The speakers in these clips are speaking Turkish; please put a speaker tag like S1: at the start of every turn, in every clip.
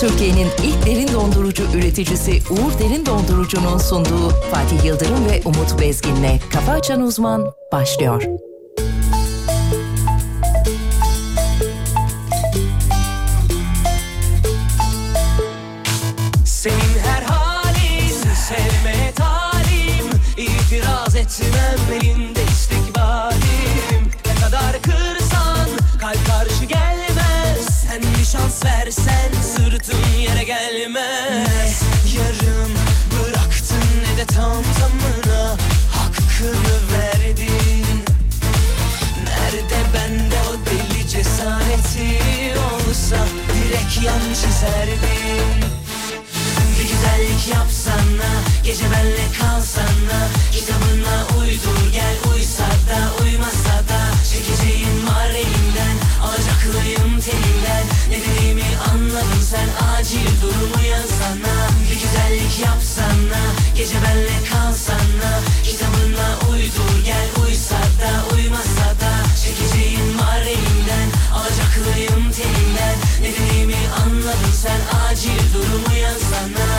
S1: Türkiye'nin ilk derin dondurucu üreticisi Uğur Derin Dondurucu'nun sunduğu Fatih Yıldırım ve Umut Bezgin'le Kafa Açan Uzman başlıyor.
S2: Senin her halin sevmeye talim İtiraz etmem elinde istikbalim Ne kadar kırsan kalp karşı gelmez Sen bir şans versen sırtın yere gelmez Yarım bıraktın ne de tam tamına Hakkını verdin Nerede bende o deli cesareti olsa Direkt yan çizerdim bir güzellik yapsana Gece benle kalsana Kitabına uydur gel Uysa da uymasa da Çekeceğim var elimden Alacaklıyım telinden Ne dediğimi anladın sen Acil durumu yazsana Bir güzellik yapsana Gece benle kalsana Kitabına uydur gel Uysa da uymasa da Çekeceğim var elimden Alacaklıyım telinden Ne dediğimi anladın sen Acil durumu yazsana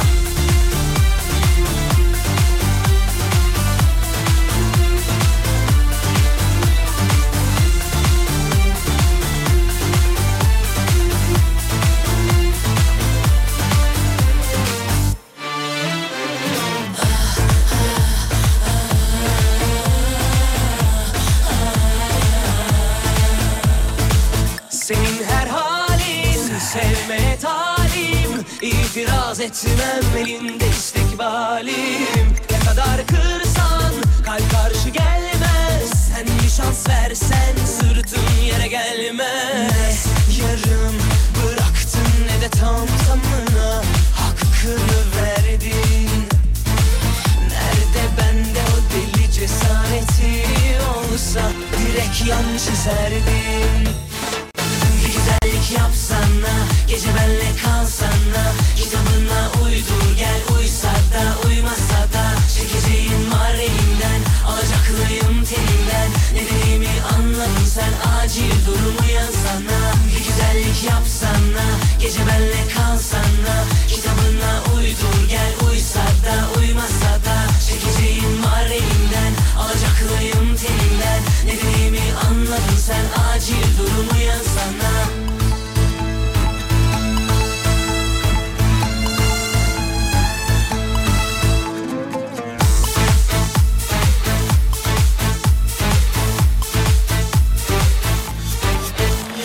S2: Senin her halin sevmeye talim İtiraz etmem elinde istikbalim Ne kadar kırsan kalp karşı gelmez Sen bir şans versen sırtın yere gelmez Yarım bıraktın ne de tam tamına Hakkını verdin Nerede bende o deli cesareti olsa Direkt yan çizerdim bir güzellik yapsana Gece benle kalsana Kitabına uydur gel Uysa da uymasa da Çekeceğin var elimden Alacaklıyım telinden Ne dediğimi anladın sen Acil durumu yazsana Bir güzellik yapsana Gece benle kalsana Kitabına uydur gel Uysa da uymasa da Çekeceğin var elimden Alacaklıyım telinden Ne dediğimi anladın sen Acil durumu yazsana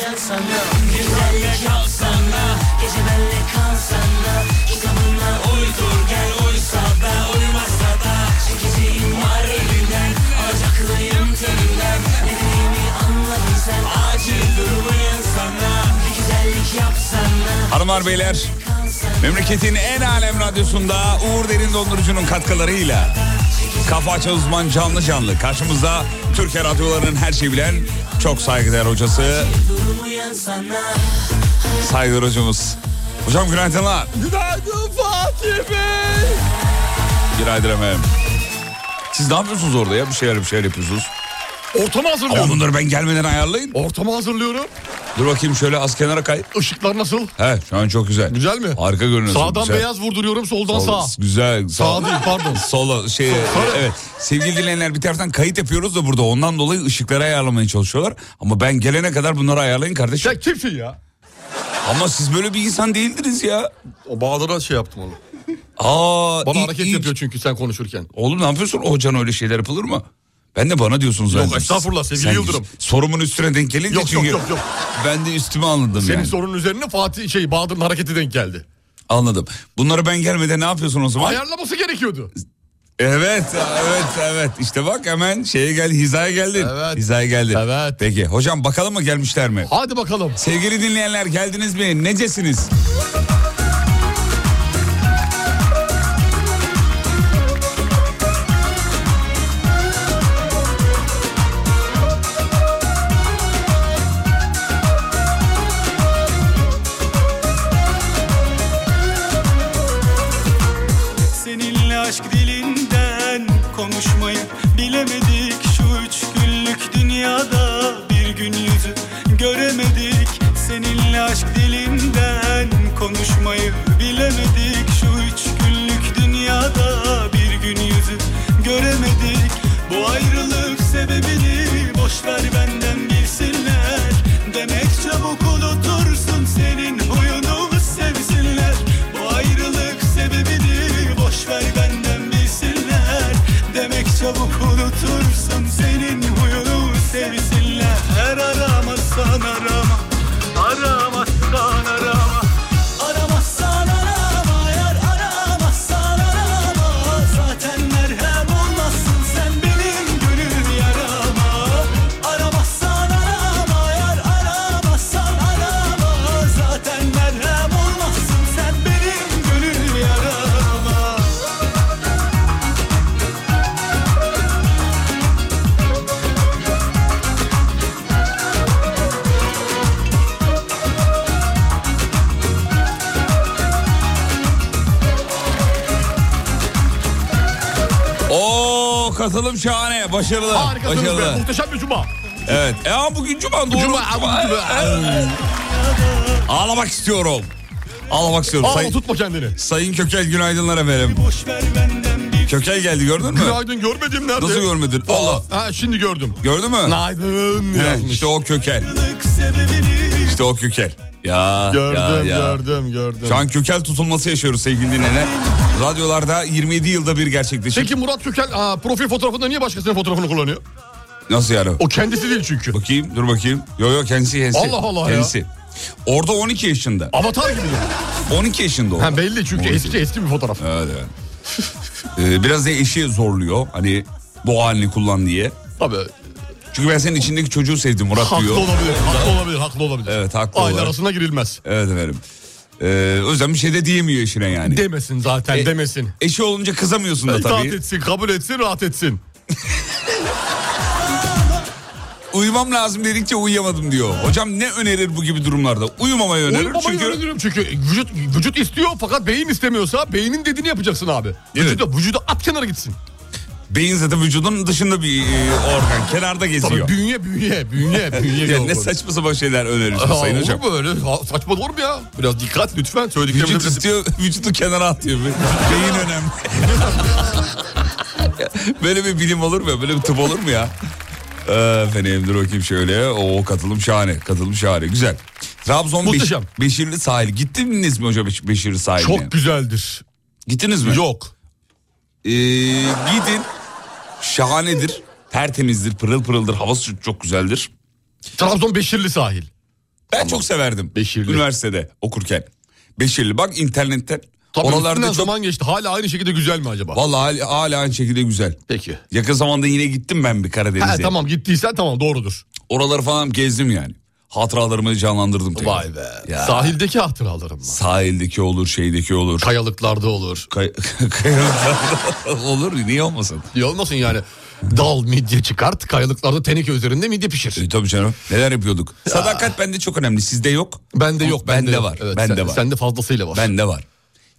S2: Yansana Güzellik yapsana Gece benle kalsana Kitabına uydur gel Uysa da uymasa da Çekeceğim var elinden Alacaklıyım telinden Ne dediğimi anladın sen Acil durumu yansana Bir güzellik yapsana
S3: Hanımlar beyler memleketin en alem radyosunda Uğur Derin Dondurucu'nun katkılarıyla Kafa Açan Uzman canlı canlı karşımızda Türkiye radyolarının her şeyi bilen çok saygıdeğer hocası
S2: Durumu yansana
S3: saygıdeğer hocamız. Hocam günaydınlar.
S4: Günaydın Fatih Bey.
S3: Günaydın efendim. Siz ne yapıyorsunuz orada ya? Bir şeyler bir şeyler yapıyorsunuz.
S4: Ortamı
S3: Ama
S4: hazırlıyorum.
S3: bunları ben gelmeden ayarlayın.
S4: Ortamı hazırlıyorum.
S3: Dur bakayım şöyle az kenara kay.
S4: Işıklar nasıl?
S3: He şu an çok güzel.
S4: Güzel mi?
S3: Harika görünüyorsun.
S4: Sağdan
S3: Güzel.
S4: beyaz vurduruyorum, soldan
S3: Sol-
S4: sağ.
S3: Güzel. Sağ,
S4: Sağ değil, pardon.
S3: Sola şey evet. Sevgili dinleyenler bir taraftan kayıt yapıyoruz da burada ondan dolayı ışıkları ayarlamaya çalışıyorlar. Ama ben gelene kadar bunları ayarlayın kardeşim.
S4: Sen kimsin ya?
S3: Ama siz böyle bir insan değildiniz ya.
S4: O Bahadır'a şey yaptım onu.
S3: Aa,
S4: Bana
S3: iyi-
S4: hareket
S3: iyi-
S4: yapıyor çünkü sen konuşurken.
S3: Oğlum ne yapıyorsun? O can öyle şeyler yapılır mı? Ben de bana diyorsunuz.
S4: Yok,
S3: zaten.
S4: estağfurullah sevgili Yıldırım.
S3: Sorumun üstüne denk gelince
S4: Yok, yok,
S3: çünkü
S4: yok, yok.
S3: ben de üstüme anladım
S4: Senin
S3: yani.
S4: sorunun üzerine Fatih şey Bahadır'ın hareketi denk geldi.
S3: anladım. Bunları ben gelmeden ne yapıyorsun o zaman?
S4: Ayarlaması gerekiyordu.
S3: Evet, evet, evet. İşte bak hemen şeye geldi, hizaya geldin.
S4: Evet.
S3: Hizaya geldin.
S4: Evet.
S3: Peki, hocam bakalım mı gelmişler mi?
S4: Hadi bakalım.
S3: Sevgili dinleyenler geldiniz mi? Necesiniz?
S5: Seninle aşk dilinden konuşmayı bilemedik Şu üç günlük dünyada bir gün yüzü göremedik Seninle aşk dilinden konuşmayı
S3: Katılım şahane, başarılı.
S4: Harikasınız
S3: başarılı.
S4: be. Muhteşem bir cuma.
S3: Evet. E ama bugün cuma doğru.
S4: Cuma, abi, bugün cuma.
S3: Evet. Ağlamak istiyorum. Ağlamak istiyorum.
S4: Ağla
S3: Sayın,
S4: tutma kendini.
S3: Sayın Kökel günaydınlar efendim.
S5: Boş ver benden bir
S3: Kökel geldi gördün mü?
S4: Günaydın görmedim nerede?
S3: Nasıl görmedin? Allah.
S4: Ha şimdi gördüm.
S3: Gördün mü?
S4: Günaydın yazmış.
S3: işte o Kökel.
S5: kırık sebebini
S3: İşte o Kökel. Ya ya,
S4: Gördüm
S3: ya.
S4: gördüm gördüm.
S3: Şu an kökel tutulması yaşıyoruz sevgili dinleyenler. Radyolarda 27 yılda bir gerçekleşiyor.
S4: Peki Murat Kökel aa, profil fotoğrafında niye başkasının fotoğrafını kullanıyor?
S3: Nasıl yani?
S4: O kendisi değil çünkü.
S3: Bakayım dur bakayım. Yo yo kendisi kendisi.
S4: Allah Allah ya.
S3: kendisi. Orada 12 yaşında.
S4: Avatar gibi. değil.
S3: 12 yaşında o.
S4: Ha belli çünkü
S3: 12.
S4: eski eski bir fotoğraf.
S3: Evet evet. Ee, biraz da eşi zorluyor. Hani bu halini kullan diye.
S4: Tabii.
S3: Çünkü ben senin içindeki çocuğu sevdim Murat
S4: Haklı
S3: diyor.
S4: olabilir. Haklı olabilir. Haklı olabilir.
S3: Evet, haklı
S4: Aile
S3: olarak.
S4: arasına girilmez.
S3: Evet efendim. Ee, o yüzden bir şey de diyemiyor eşine yani.
S4: Demesin zaten
S3: E,
S4: demesin.
S3: Eşi olunca kızamıyorsun da
S4: İtaat
S3: tabii.
S4: etsin, kabul etsin, rahat etsin.
S3: Uyumam lazım dedikçe uyuyamadım diyor. Hocam ne önerir bu gibi durumlarda? Uyumamayı önerir
S4: Uyumamayı
S3: çünkü...
S4: öneririm çünkü vücut vücut istiyor fakat beyin istemiyorsa beynin dediğini yapacaksın abi.
S3: Evet.
S4: Vücuda, vücuda at kenara gitsin.
S3: Beyin zaten vücudun dışında bir e, organ. Kenarda
S4: Tabii
S3: geziyor.
S4: bünye bünye bünye bünye.
S3: Ya ne
S4: yavrum.
S3: saçma sapan şeyler
S4: Aa,
S3: önerirsin sayın
S4: olur
S3: hocam.
S4: mu öyle? Ha, Saçma olur mu ya? Biraz dikkat lütfen. Söylediklerimize
S3: Vücut
S4: biraz-
S3: istiyor, vücudu kenara atıyor. Beyin önemli. Böyle bir bilim olur mu? ya? Böyle bir tıp olur mu ya? Ee, Efendim dur bakayım şöyle. Oo katılım şahane. Katılım şahane. Güzel. Trabzon Beş-
S4: Muhteşem.
S3: Beşirli sahil. Gittiniz mi hocam Beş- Beşirli sahiline?
S4: Çok güzeldir.
S3: Gittiniz mi?
S4: Yok.
S3: Ee, gidin. Şahanedir. Tertemizdir. Pırıl pırıldır. Havası çok güzeldir.
S4: Trabzon Beşirli sahil.
S3: Ben çok severdim.
S4: Beşirli.
S3: Üniversitede okurken. Beşirli. Bak internetten.
S4: Tabii
S3: Oralarda
S4: üstünden
S3: çok...
S4: zaman geçti. Hala aynı şekilde güzel mi acaba?
S3: Vallahi hala, hala aynı şekilde güzel.
S4: Peki.
S3: Yakın zamanda yine gittim ben bir Karadeniz'e.
S4: Ha, tamam gittiysen tamam doğrudur.
S3: Oraları falan gezdim yani. Hatıralarımı canlandırdım. tekrar.
S4: Vay be.
S3: Ya.
S4: Sahildeki hatıralarım var.
S3: Sahildeki olur, şeydeki olur.
S4: Kayalıklarda olur.
S3: Kay- kayalıklarda olur niye olmasın?
S4: Diye olmasın yani. Dal midye çıkart, kayalıklarda teneke üzerinde midye
S3: E,
S4: pişir.
S3: tabii canım. Neler yapıyorduk? Sadakat bende çok önemli. Sizde yok.
S4: Bende yok,
S3: Bende
S4: bende yok.
S3: var,
S4: Evet,
S3: bende
S4: sen-
S3: var.
S4: Sende fazlasıyla var.
S3: Bende var.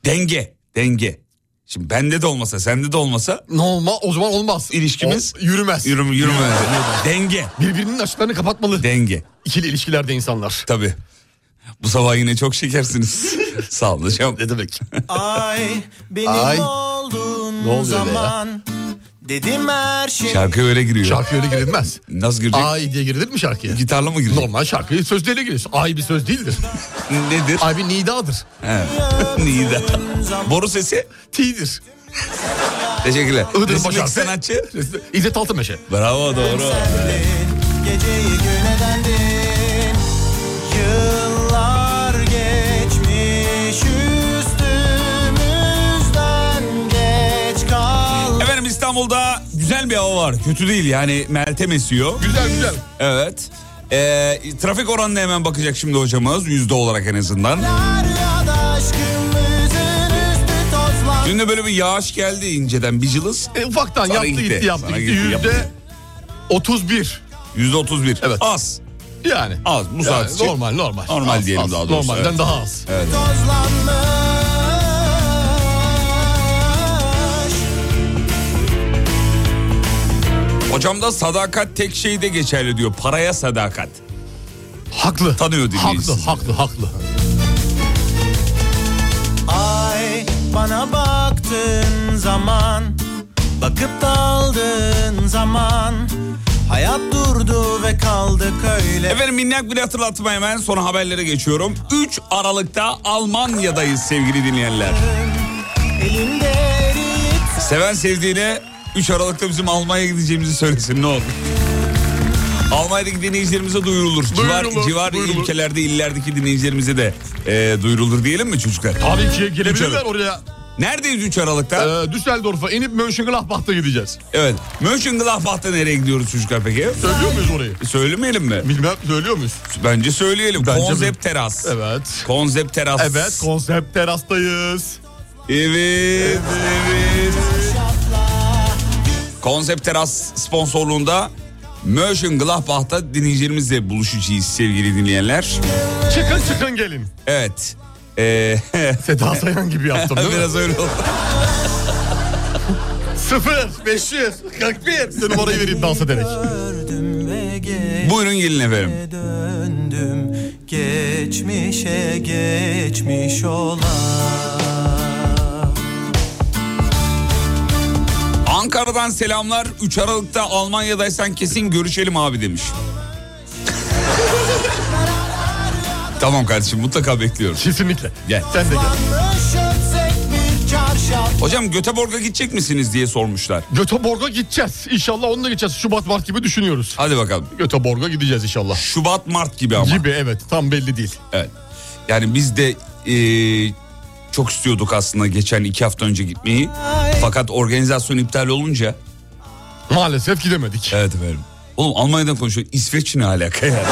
S3: Denge. Denge. Şimdi bende de olmasa, sende de olmasa
S4: Ne olma, o zaman olmaz.
S3: İlişkimiz-
S4: O- yürümez.
S3: yürüme yürüme. Denge.
S4: Birbirinin açıklarını kapatmalı.
S3: Denge.
S4: İkili ilişkilerde insanlar.
S3: Tabii. Bu sabah yine çok şekersiniz. Sağ olun hocam.
S4: Ne demek?
S6: Ay benim
S4: Ay.
S6: olduğun
S4: Ne oluyor be ya?
S6: zaman dedim her şey.
S3: Şarkı öyle giriyor.
S4: Şarkı öyle girilmez.
S3: Nasıl girecek?
S4: Ay diye girilir mi şarkıya?
S3: Gitarla mı girecek?
S4: Normal şarkıyı sözleriyle girilir. Ay bir söz değildir.
S3: Nedir?
S4: Ay bir nidadır.
S3: He. Nida. Boru sesi.
S4: T'dir.
S3: Teşekkürler.
S4: Iğdır
S3: Resmi
S4: başarısı.
S3: sanatçı.
S4: İzzet Altınmeşe.
S3: Bravo doğru.
S6: Geceyi güne dendin Yıllar geçmiş üstümüzden geç kal
S3: Efendim İstanbul'da güzel bir hava var. Kötü değil yani Meltem esiyor.
S4: Güzel güzel.
S3: Evet. Ee, trafik oranına hemen bakacak şimdi hocamız. Yüzde olarak en azından.
S6: Ya da aşkımızın üstü tozlan
S3: Dün de böyle bir yağış geldi inceden. Bir cılız.
S4: E, ufaktan
S3: Sana
S4: yaptı
S3: gitti,
S4: gitti, yaptı
S3: sana
S4: gitti.
S3: gitti,
S4: Yüzde
S3: yaptı.
S4: 31.
S3: Yüzde otuz bir.
S4: Evet.
S3: Az.
S4: Yani.
S3: Az. Bu saat
S4: Yani
S3: için.
S4: normal normal.
S3: Normal diyelim daha doğrusu,
S4: Normalden
S3: evet.
S4: daha az.
S6: tozlanmış
S3: Hocamda sadakat tek şeyde geçerli diyor. Paraya sadakat.
S4: Haklı.
S3: Tanıyor dinleyicisi.
S4: Haklı haklı haklı.
S6: Ay bana baktığın zaman Bakıp daldığın zaman Hayat durdu ve kaldık öyle
S3: Efendim minnak bir hatırlatma hemen sonra haberlere geçiyorum. 3 Aralık'ta Almanya'dayız sevgili dinleyenler.
S6: Elimde eriyip
S3: Seven sevdiğine 3 Aralık'ta bizim Almanya'ya gideceğimizi söylesin ne olur. Almanya'daki dinleyicilerimize duyurulur. civar
S4: Duyurulur,
S3: civar
S4: duyurulur.
S3: ilkelerde, illerdeki dinleyicilerimize de e, duyurulur diyelim mi çocuklar?
S4: Tabii ki gelebilirler
S3: Güzel.
S4: oraya.
S3: Neredeyiz 3 Aralık'ta?
S4: Ee, Düsseldorf'a inip Mönchengladbach'ta gideceğiz.
S3: Evet. Mönchengladbach'ta nereye gidiyoruz çocuklar peki?
S4: Söylüyor muyuz orayı?
S3: Söylemeyelim mi?
S4: Bilmem söylüyor muyuz?
S3: Bence söyleyelim.
S4: Bence
S3: konsept
S4: mi?
S3: teras.
S4: Evet.
S3: Konsept teras.
S4: Evet konsept terastayız.
S3: Evet, evet. Konsept Teras sponsorluğunda Mönchengladbach'ta dinleyicilerimizle buluşacağız sevgili dinleyenler.
S4: Çıkın çıkın gelin. E,
S3: Evet. Ee,
S4: Seda Sayan gibi yaptım değil mi?
S3: biraz öyle oldu.
S4: Sıfır, 500, 41. Size numarayı vereyim dans ederek.
S3: Buyurun gelin efendim.
S6: döndüm geçmişe geçmiş olan
S3: Ankara'dan selamlar. 3 Aralık'ta Almanya'daysan kesin görüşelim abi demiş. tamam kardeşim mutlaka bekliyoruz.
S4: Kesinlikle.
S3: Gel.
S4: Sen de gel.
S6: Öpsek bir çarşaf
S3: Hocam Göteborg'a gidecek misiniz diye sormuşlar.
S4: Göteborg'a gideceğiz. İnşallah onunla gideceğiz. Şubat Mart gibi düşünüyoruz.
S3: Hadi bakalım.
S4: Göteborg'a gideceğiz inşallah.
S3: Şubat Mart gibi ama.
S4: Gibi evet tam belli değil.
S3: Evet. Yani biz de eee, çok istiyorduk aslında geçen iki hafta önce gitmeyi. Fakat organizasyon iptal olunca.
S4: Maalesef gidemedik.
S3: Evet efendim. Oğlum Almanya'dan konuşuyor. İsveç ne alaka ya?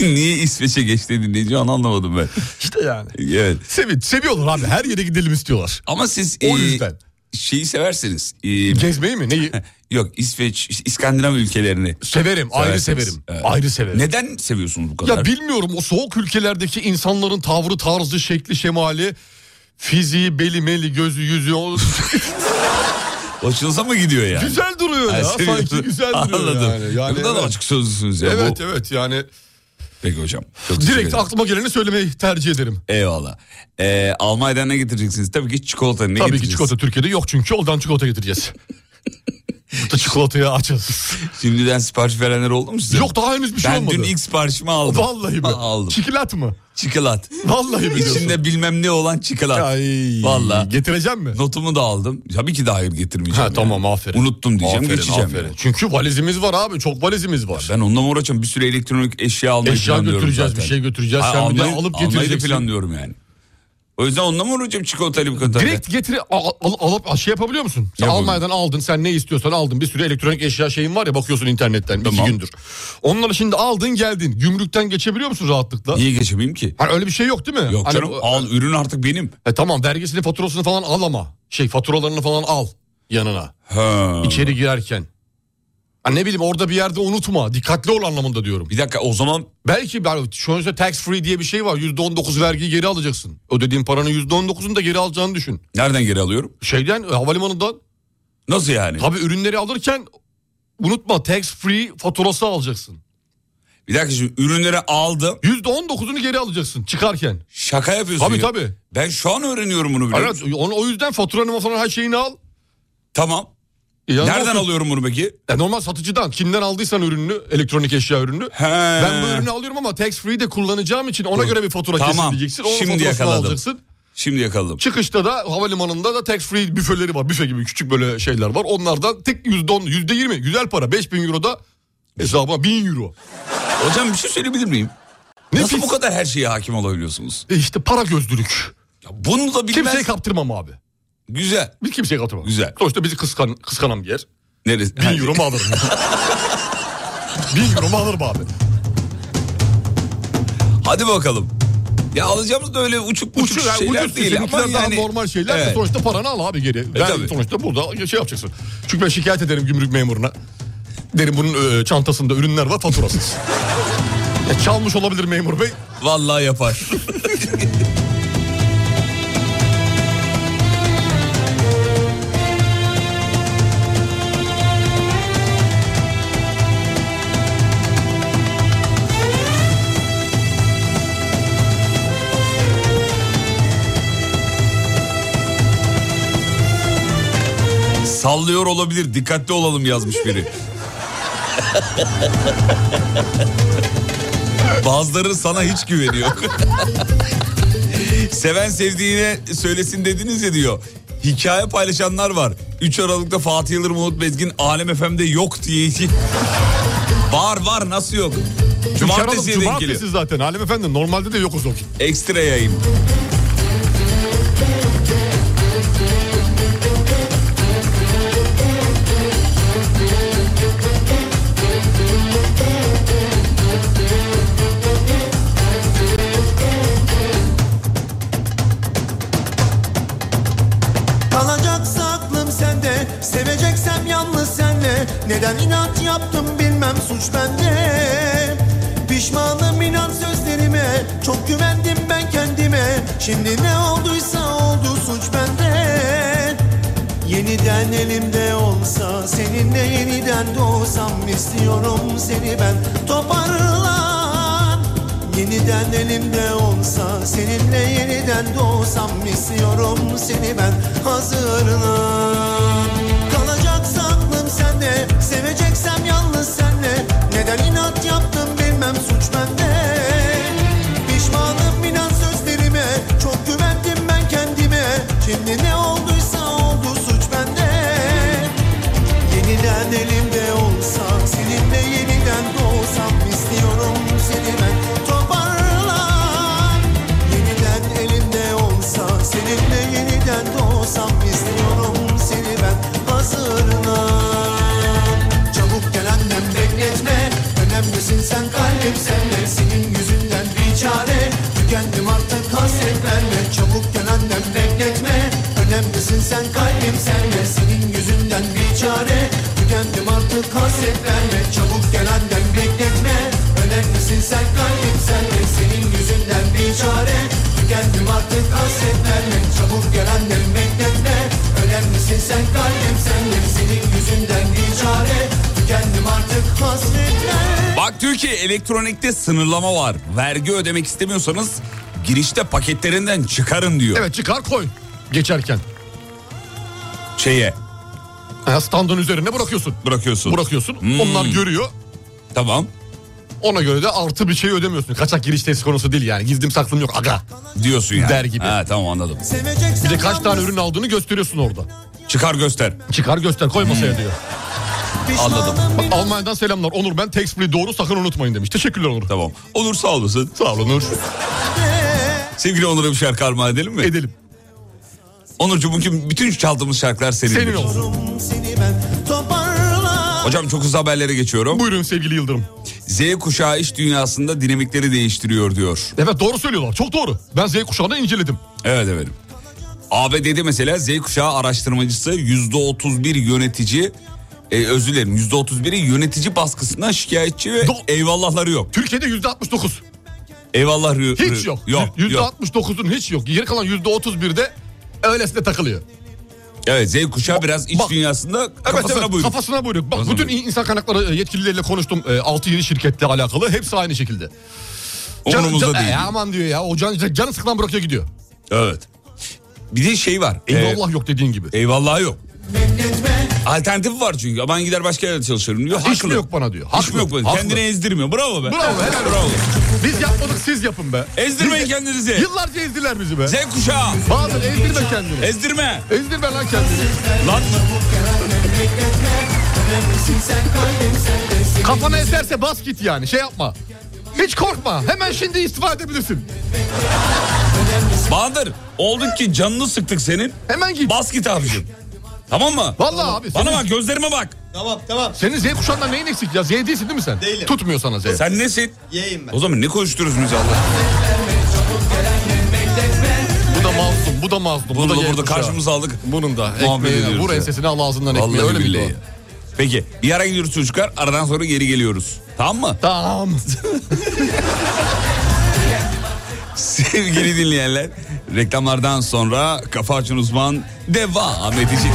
S3: Niye İsveç'e geçti dinleyici onu anlamadım ben.
S4: İşte yani.
S3: Evet.
S4: Sevi seviyorlar abi her yere gidelim istiyorlar.
S3: Ama siz
S4: O
S3: eee,
S4: yüzden.
S3: şeyi seversiniz. Eee,
S4: Gezmeyi mi neyi?
S3: yok İsveç, işte İskandinav ülkelerini.
S4: Severim ayrı
S3: Seversiniz.
S4: severim.
S3: Evet.
S4: Ayrı severim.
S3: Neden seviyorsunuz bu kadar?
S4: Ya bilmiyorum o soğuk ülkelerdeki insanların tavrı, tarzı, şekli, şemali, fiziği, beli, meli, gözü, yüzü o-
S3: Hoşunuza mı gidiyor yani?
S4: güzel duruyor ya.
S3: Ha, seviyorsunuz.
S4: Sanki güzel duruyor
S3: Anladım.
S4: yani. yani
S3: Bundan
S4: evet.
S3: açık sözlüsünüz ya.
S4: Evet
S3: Bu-
S4: evet yani
S3: Peki hocam. Çok teşekkür
S4: direkt
S3: ederim.
S4: aklıma geleni söylemeyi tercih ederim.
S3: Eyvallah. Ee, Almanya'dan ne getireceksiniz? Tabii ki çikolata. Ne
S4: Tabii ki
S3: getireceksiniz?
S4: çikolata Türkiye'de yok çünkü oradan çikolata getireceğiz. Burada çikolataya açız.
S3: Şimdiden sipariş verenler oldu mu size?
S4: yok daha henüz bir şey
S3: Ben
S4: olmadı.
S3: dün ilk siparişimi aldım.
S4: Vallahi mi?
S3: Ha, aldım.
S4: Çikolat mı?
S3: Çikolat.
S4: Vallahi mi diyorsun?
S3: İçinde bilmem ne olan çikolat.
S4: Ay,
S3: Vallahi.
S4: Getireceğim mi?
S3: Notumu da aldım. Tabii ki daha hayır getirmeyeceğim.
S4: Ha,
S3: yani.
S4: tamam aferin.
S3: Unuttum diyeceğim
S4: Aferin,
S3: geçeceğim.
S4: aferin.
S3: yani.
S4: Çünkü valizimiz var abi çok valizimiz var.
S3: Ben onunla mı uğraşacağım? Bir sürü elektronik eşya almayı
S4: Eşya
S3: planlıyorum
S4: götüreceğiz,
S3: zaten.
S4: bir şey götüreceğiz.
S3: Ha,
S4: Sen bir de
S3: almayı-
S4: alıp
S3: almayı da
S4: getireceksin.
S3: planlıyorum yani. O yüzden onunla mı uğraşacağım çikolatayla bu kadar?
S4: Direkt getiri al, al- alıp şey yapabiliyor musun? Sen
S3: Yapabilirim.
S4: Almanya'dan aldın sen ne istiyorsan aldın. Bir sürü elektronik eşya şeyin var ya bakıyorsun internetten
S3: Tamam.
S4: iki gündür. Onları şimdi aldın geldin. Gümrükten geçebiliyor musun rahatlıkla?
S3: Niye geçemeyeyim ki?
S4: Hani öyle bir şey yok değil mi?
S3: Yok
S4: Hani
S3: canım
S4: bu-
S3: al ürün artık benim.
S4: E tamam vergisini faturasını falan al ama. Şey faturalarını falan al yanına.
S3: Ha.
S4: İçeri girerken. Ha ne bileyim orada bir yerde unutma. Dikkatli ol anlamında diyorum.
S3: Bir dakika o zaman
S4: Belki ben- şu an işte tax free diye bir şey var. %19 vergiyi geri alacaksın. Ödediğin paranın %19'unu da geri alacağını düşün.
S3: nereden geri alıyorum?
S4: Şeyden e, havalimanından
S3: Nasıl yani?
S4: tabii ürünleri alırken unutma tax free faturası alacaksın.
S3: Bir dakika şimdi ürünleri aldım.
S4: %19'unu geri alacaksın çıkarken.
S3: Şaka yapıyorsun
S4: Tabii
S3: ya.
S4: tabii.
S3: Ben şu an öğreniyorum bunu biliyor
S4: Evet,
S3: musun?
S4: onu, o yüzden faturanı falan her şeyini al.
S3: Tamam.
S4: E, yanına
S3: Nereden
S4: otur.
S3: alıyorum bunu peki?
S4: E, normal satıcıdan. Kimden aldıysan ürününü, elektronik eşya ürünü.
S3: He.
S4: Ben bu ürünü alıyorum ama tax free de kullanacağım için ona göre bir fatura
S3: Tamam.
S4: kesileceksin. Onun
S3: Şimdi
S4: faturasını
S3: yakaladım.
S4: alacaksın.
S3: Şimdi yakaladım.
S4: Çıkışta da havalimanında da tax free büfeleri var. Büfe gibi küçük böyle şeyler var. Onlardan tek %10, %20 güzel para. 5000 euro da hesaba 1000 euro.
S3: Hocam bir şey söyleyebilir miyim?
S4: Ne
S3: Nasıl
S4: pis.
S3: bu kadar her şeye hakim olabiliyorsunuz?
S4: E işte para gözdürük.
S3: Ya bunu da bilmez.
S4: Kimseye kaptırmam abi.
S3: Güzel.
S4: Bir kimseye kaptırmam.
S3: Güzel.
S4: Sonuçta bizi kıskan, kıskanan bir yer.
S3: Neresi?
S4: 1000 euro mu alırım? 1000 euro mu alırım abi?
S3: Hadi bakalım. Ya alacağımız da öyle uçuk uçuk
S4: Uçur, yani
S3: şeyler
S4: ucuz
S3: değil
S4: seninkiler
S3: ama yani.
S4: daha normal şeyler. de
S3: Evet. E,
S4: Sonuçta paranı al abi geri. Ver,
S3: tabii.
S4: sonuçta burada şey yapacaksın. Çünkü ben şikayet ederim gümrük memuruna. Derim bunun e, çantasında ürünler var faturasız. Ya çalmış olabilir memur bey.
S3: Vallahi yapar. Sallıyor olabilir. Dikkatli olalım yazmış biri. Bazıları sana hiç güveniyor. Seven sevdiğine söylesin dediniz ya diyor. Hikaye paylaşanlar var. 3 Aralık'ta Fatih Yıldırım Umut Bezgin Alem FM'de yok diye. var var nasıl yok? Cumartesiye denk
S4: Cumartesi
S3: geliyor.
S4: zaten. Halim efendi normalde de yokuz o gün.
S3: Ekstra yayın.
S6: Kalacaksa aklım sende Seveceksem yalnız senle Neden inat yaptım bilmem suç bende Pişmanım inan sözlerime Çok güvendim ben kendime Şimdi ne olduysa oldu suç bende
S5: yeniden elimde olsa Seninle yeniden doğsam istiyorum seni ben Toparlan Yeniden elimde olsa Seninle yeniden doğsam istiyorum seni ben Hazırlan Kalacaksa aklım sende Seveceksem yalnız senle Neden inat yaptım bilmem suç bende Pişmanım inan sözlerime Çok güvendim ben kendime Şimdi ne olduysa oldu suç bende Yeniden elimde olsa Seninle yeniden doğsam istiyorum seni ben Toparlan Yeniden elimde olsa Seninle yeniden doğsam istiyorum seni ben Hazırlan Çabuk gel annem bekletme Önemlisin sen kalbim senle Senin yüzünden bir çare Tükendim artık hasretlerle Çabuk gel annem bekletme Önemlisin sen kalbim senle Senin yüzünden bir çare Tükendim artık hasretlerle Çabuk gel annem bekletme Önemlisin sen kalbim senle Senin yüzünden bir çare Tükendim artık hasretlerle Çabuk gel annem bekletme Önemlisin sen kalbim senle Senin yüzünden bir çare Tükendim artık hasretlerle
S3: Bak diyor ki elektronikte sınırlama var. Vergi ödemek istemiyorsanız girişte paketlerinden çıkarın diyor.
S4: Evet çıkar koy geçerken.
S3: Şeye
S4: Ha, standın üzerine bırakıyorsun.
S3: bırakıyorsun.
S4: Bırakıyorsun.
S3: Hmm.
S4: Onlar görüyor.
S3: Tamam.
S4: Ona göre de artı bir şey ödemiyorsun. Kaçak giriş tesis konusu değil yani. Gizlim saklım yok aga.
S3: Diyorsun yani.
S4: Der gibi.
S3: Ha, tamam anladım.
S4: Bir de kaç tane ürün aldığını gösteriyorsun orada.
S3: Çıkar göster.
S4: Çıkar göster koy
S3: Hmm.
S4: masaya diyor.
S3: Anladım.
S4: Bak Almanya'dan selamlar. Onur ben tax free doğru sakın unutmayın demiş. Teşekkürler Onur.
S3: Tamam. Onur sağ olasın.
S4: Sağ ol Onur.
S3: Sevgili Onur'a bir şarkı armağan edelim mi?
S4: Edelim.
S3: Onurcuğum bugün bütün çaldığımız şarkılar senin.
S4: Senin olsun.
S5: seni ben toparla
S3: Hocam çok hızlı haberlere geçiyorum.
S4: Buyurun sevgili Yıldırım.
S3: Z kuşağı iş dünyasında dinamikleri değiştiriyor diyor.
S4: Evet doğru söylüyorlar. Çok doğru. Ben Z kuşağını inceledim.
S3: Evet efendim. ABD'de mesela Z kuşağı araştırmacısı %31 yönetici e, özür dilerim %31'i yönetici baskısından şikayetçi ve
S4: Do-
S3: eyvallahları yok.
S4: Türkiye'de yüzde 69.
S3: Eyvallah rü-
S4: Hiç
S3: rü-
S4: yok.
S3: Yok.
S4: Yüzde
S3: yok.
S4: 69'un hiç yok. Geri kalan yüzde 31'de öylesine takılıyor.
S3: Evet Z kuşağı biraz iç
S4: Bak-
S3: dünyasında kafasına
S4: Kafasına,
S3: buyruk.
S4: kafasına buyruk. Bak
S3: Kafasına
S4: bütün
S3: buyruk.
S4: insan kaynakları e, yetkilileriyle konuştum. E, 6-7 şirketle alakalı. Hepsi aynı şekilde. Canı-
S3: Umurumuzda
S4: can-
S3: değil.
S4: E, aman diyor ya. O can, canı sıkılan bırakıyor gidiyor.
S3: Evet. Bir de şey var. e,
S4: Eyvallah yok dediğin gibi.
S3: eyvallah yok. Alternatif var çünkü. Ben gider başka yerde çalışırım diyor.
S4: Hiç mi
S3: Haklı.
S4: yok bana diyor.
S3: Hiç
S4: Haklı,
S3: mi yok?
S4: haklı.
S3: Kendini ezdirmiyor. Bravo be.
S4: Bravo, helal olsun.
S3: Bravo.
S4: Biz yapmadık siz yapın be.
S3: Ezdirmeyin
S4: Biz-
S3: kendinizi.
S4: Yıllarca ezdiler bizi be.
S3: Z kuşağı.
S4: Bahadır ezdirme kendini.
S3: Ezdirme.
S4: Ezdirme lan kendini.
S3: Lan
S4: Kafana eserse bas git yani şey yapma. Hiç korkma. Hemen şimdi istifa edebilirsin.
S3: Bahadır olduk ki canını sıktık senin.
S4: Hemen git.
S3: Bas git abicim. Tamam mı?
S4: Vallahi abi
S3: Bana
S4: senin-
S3: bak gözlerime bak.
S5: Tamam tamam
S4: Senin Z kuşağında neyin eksik ya? Z değilsin değil mi sen?
S5: Değilim.
S4: Tutmuyor sana Z.
S3: Sen nesin?
S5: yiyeyim ben
S3: O zaman ne konuştururuz bizi Allah?
S4: Bu da mazlum, bu da mazlum.
S3: Bunu da
S4: Y
S3: burada
S4: kuşağı.
S3: karşımıza aldık.
S4: Bunun da
S3: Muhabbet
S4: ekmeği.
S3: ediyoruz
S4: Vur
S3: ya.
S4: ensesini al ağzından ekmeği.
S3: Vallahi
S4: Öyle miydi
S3: billahi.
S4: o?
S3: Peki bir ara gidiyoruz çocuklar. Aradan sonra geri geliyoruz. Tamam mı?
S4: Tamam.
S3: Sevgili dinleyenler reklamlardan sonra Kafa Açın Uzman devam edecek.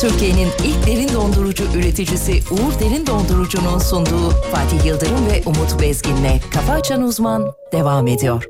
S1: Türkiye'nin ilk derin dondurucu üreticisi Uğur Derin Dondurucu'nun sunduğu Fatih Yıldırım ve Umut Bezgin'le Kafa Açan Uzman devam ediyor.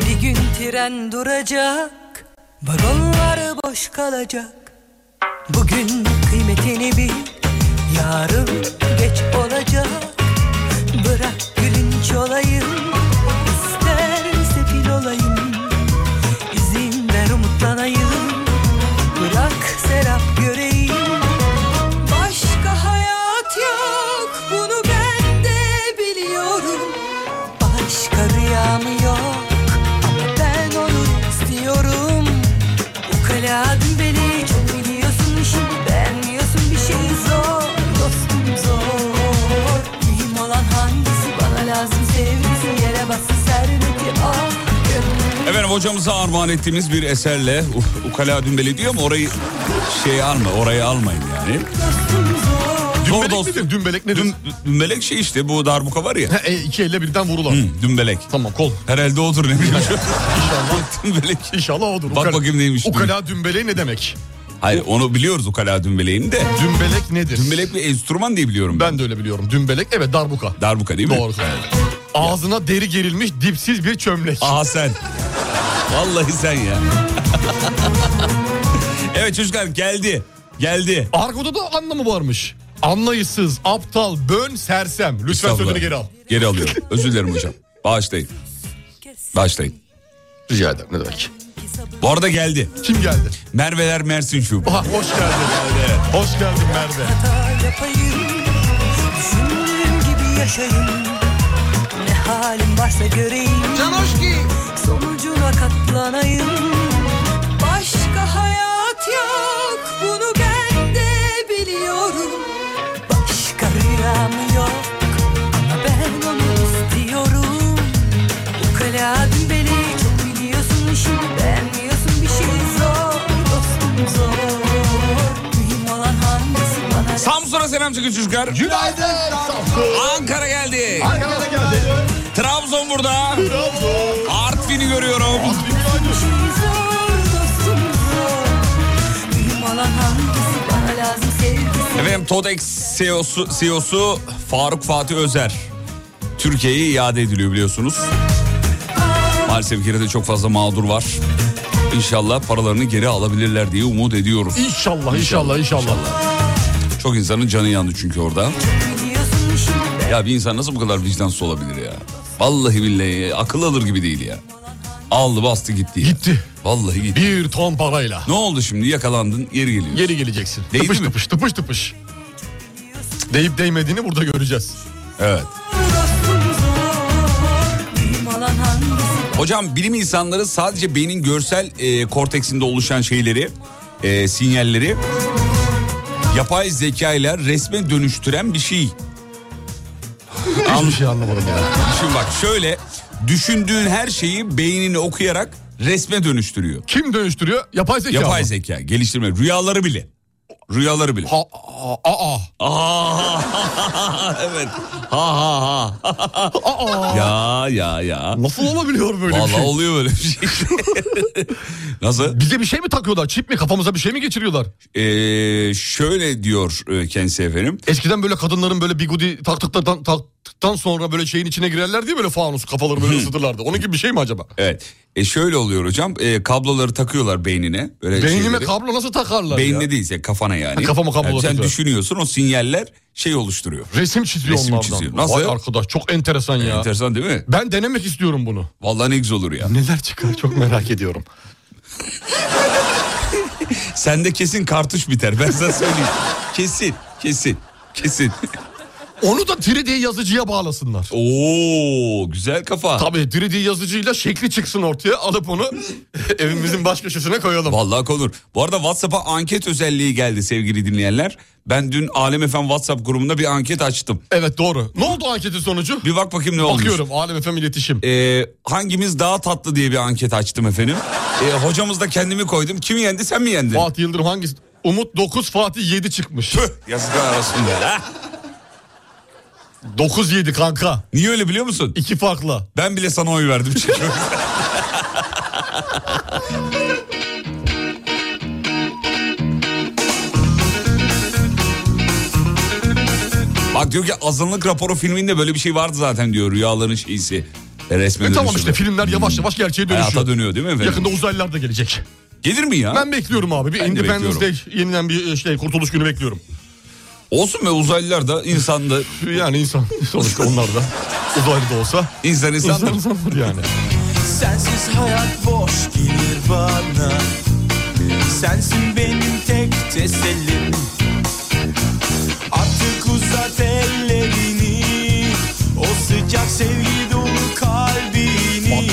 S7: Bir gün tren duracak Vagonlar boş kalacak Bugün kıymetini bil Yarın geç olacak Bırak gülünç olayım İster sefil olayım İzin ver umutlanayım Bırak serap göreyim
S3: Efendim hocamıza armağan ettiğimiz bir eserle U- Ukala Dümbeli diyor mu orayı şey alma orayı almayın yani. Doğru dostum.
S4: nedir? Dümbelek nedir?
S3: dümbelek şey işte bu darbuka var ya.
S4: Ha, e, iki elle birden vurulan.
S3: Dümbelek.
S4: Tamam kol.
S3: Herhalde odur ne bileyim. dümbelek.
S4: İnşallah odur.
S3: Bak bakayım neymiş.
S4: Ukala dümbeleği ne demek?
S3: Hayır onu biliyoruz ukala dümbeleğini de.
S4: Dümbelek nedir?
S3: Dümbelek bir enstrüman diye biliyorum ben.
S4: Ben de öyle biliyorum. Dümbelek evet darbuka.
S3: Darbuka değil mi?
S4: Doğru. Ağzına deri gerilmiş dipsiz bir çömlek.
S3: Aha sen. Vallahi sen ya. evet çocuklar geldi. Geldi.
S4: Argo'da da anlamı varmış. Anlayışsız, aptal, bön, sersem. Lütfen sözünü geri al.
S3: Geri alıyorum. Özür dilerim hocam. Bağışlayın. Bağışlayın.
S4: Rica ederim ne demek.
S3: Bu arada geldi.
S4: Kim geldi?
S3: Merveler Mersin Şube.
S4: Aha, hoş geldin. Hoş geldin Merve.
S7: hata yapayım Düşündüğüm gibi yaşayayım Ne halim varsa göreyim Can Sonucuna katlanayım Başka hayat yok Bunu ben de biliyorum Başka rüyam yok Ama ben onu istiyorum Ukala dümbeli Çok biliyorsun işini beğenmiyorsun Bir şey zor dostum zor Mühim olan hangisi bana
S3: Samsun'a selam çekin çocuklar.
S4: Günaydın Samsun.
S3: Ankara geldi.
S4: Ankara'da geldi.
S3: Trabzon burada. Artvin'i görüyorum. Efendim E Todex CEO'su, CEO'su Faruk Fatih Özer. Türkiye'ye iade ediliyor biliyorsunuz. Maalesef geride çok fazla mağdur var. İnşallah paralarını geri alabilirler diye umut ediyoruz.
S4: İnşallah, inşallah, inşallah.
S3: Çok insanın canı yandı çünkü orada. Ya bir insan nasıl bu kadar vicdansız olabilir ya? Vallahi billahi akıl alır gibi değil ya. Aldı bastı gitti. ya.
S4: Gitti.
S3: Vallahi gitti.
S4: Bir ton parayla.
S3: Ne oldu şimdi yakalandın geri geliyorsun.
S4: Geri geleceksin.
S3: Değdi
S4: tıpış
S3: mi?
S4: tıpış, tıpış tıpış. Deyip değmediğini burada göreceğiz.
S3: Evet. Hocam bilim insanları sadece beynin görsel e, korteksinde oluşan şeyleri, e, sinyalleri yapay zeka ile resme dönüştüren bir şey.
S4: Hiçbir şey anlamadım ya.
S3: Şimdi bak şöyle düşündüğün her şeyi beynini okuyarak resme dönüştürüyor.
S4: Kim dönüştürüyor? Yapay zeka
S3: Yapay
S4: mı?
S3: zeka geliştirme rüyaları bile. Rüyaları bile.
S4: Ha, aa, aa.
S3: Aa, evet. Ha ha ha. ya ya ya.
S4: Nasıl olabiliyor böyle bir
S3: Vallahi
S4: şey?
S3: oluyor böyle bir şey. Nasıl?
S4: Bize bir şey mi takıyorlar? Çip mi? Kafamıza bir şey mi geçiriyorlar?
S3: Ee, şöyle diyor e, kendisi efendim.
S4: Eskiden böyle kadınların böyle bigudi taktıktan, taktıktan sonra böyle şeyin içine girerler diye böyle fanus kafaları böyle ısıtırlardı. Onun gibi bir şey mi acaba?
S3: Evet. E, şöyle oluyor hocam. E, kabloları takıyorlar beynine. Böyle
S4: Beynime
S3: Ee, şeyleri.
S4: kablo nasıl takarlar
S3: Beynine
S4: ya?
S3: değil yani kafana yani.
S4: Ha, kafama kablo
S3: Yani sen
S4: takıyorlar.
S3: düşünüyorsun o sinyaller şey oluşturuyor.
S4: Resim çiziyor
S3: Resim
S4: onlardan.
S3: çiziyor. Nasıl?
S4: Vay arkadaş çok enteresan ya.
S3: Enteresan değil mi?
S4: ben denemek istiyorum bunu.
S3: Vallahi ne güzel olur ya.
S4: Neler çıkar çok merak ediyorum.
S3: Sende kesin kartuş biter ben sana söyleyeyim. kesin kesin kesin.
S4: Onu da 3D yazıcıya bağlasınlar.
S3: Oo güzel kafa.
S4: Tabii 3D yazıcıyla şekli çıksın ortaya alıp onu evimizin baş köşesine koyalım.
S3: Vallahi konur. Bu arada WhatsApp'a anket özelliği geldi sevgili dinleyenler. Ben dün Alem Efem WhatsApp grubunda bir anket açtım.
S4: Evet doğru. Ne oldu anketin sonucu?
S3: Bir bak bakayım ne olmuş.
S4: Bakıyorum Alem FM iletişim.
S3: Ee, hangimiz daha tatlı diye bir anket açtım efendim. Ee, hocamız da kendimi koydum. Kim yendi sen mi yendin?
S4: Fatih Yıldırım hangisi? Umut 9 Fatih 7 çıkmış.
S3: Yazıklar arasında. Ha?
S4: 9 7 kanka.
S3: Niye öyle biliyor musun?
S4: İki farkla.
S3: Ben bile sana oy verdim çünkü. Bak diyor ki azınlık raporu filminde böyle bir şey vardı zaten diyor rüyaların şeysi. Resmen
S4: E tamam işte
S3: dönüşümü.
S4: filmler yavaş yavaş gerçeğe dönüşüyor.
S3: Hmm. Hayata dönüyor değil mi efendim?
S4: Yakında uzaylılar da gelecek.
S3: Gelir mi ya?
S4: Ben bekliyorum abi. Bir
S3: Ben de
S4: Independence Day yeniden bir şey kurtuluş günü bekliyorum.
S3: Olsun be uzaylılar da insan da
S4: Yani insan sonuçta onlar da uzaylı da olsa
S3: insan
S4: insan
S3: insandır.
S4: insandır yani.
S5: Sensiz hayat boş gelir bana Sensin benim tek tesellim Artık uzat ellerini O sıcak sevgi dolu kalbini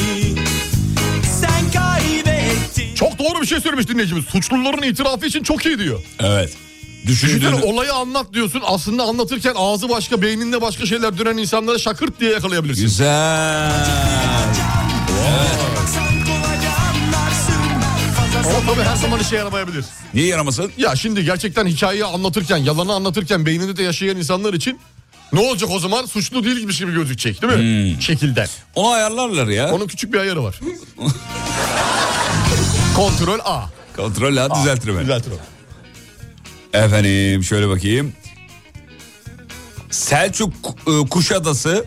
S5: Sen kaybettin
S4: Çok doğru bir şey söylemiş dinleyicimiz. Suçluların itirafı için çok iyi diyor.
S3: Evet.
S4: Düşünsene
S3: Düşündüğünü
S4: olayı anlat diyorsun. Aslında anlatırken ağzı başka beyninde başka şeyler dönen insanlara şakırt diye yakalayabilirsin.
S3: Güzel.
S5: Baksan kolay
S4: abi her zaman işe yaramayabilir.
S3: Niye yaramasın?
S4: Ya şimdi gerçekten hikayeyi anlatırken, yalanı anlatırken beyninde de yaşayan insanlar için ne olacak o zaman? Suçlu değilmiş gibi şey gözükecek değil mi?
S3: Hmm.
S4: Şekilden.
S3: Onu ayarlarlar ya.
S4: Onun küçük bir ayarı var. Kontrol A.
S3: Kontrol ha düzeltirim ben.
S4: Düzeltir o.
S3: Efendim şöyle bakayım. Selçuk e, Kuşadası.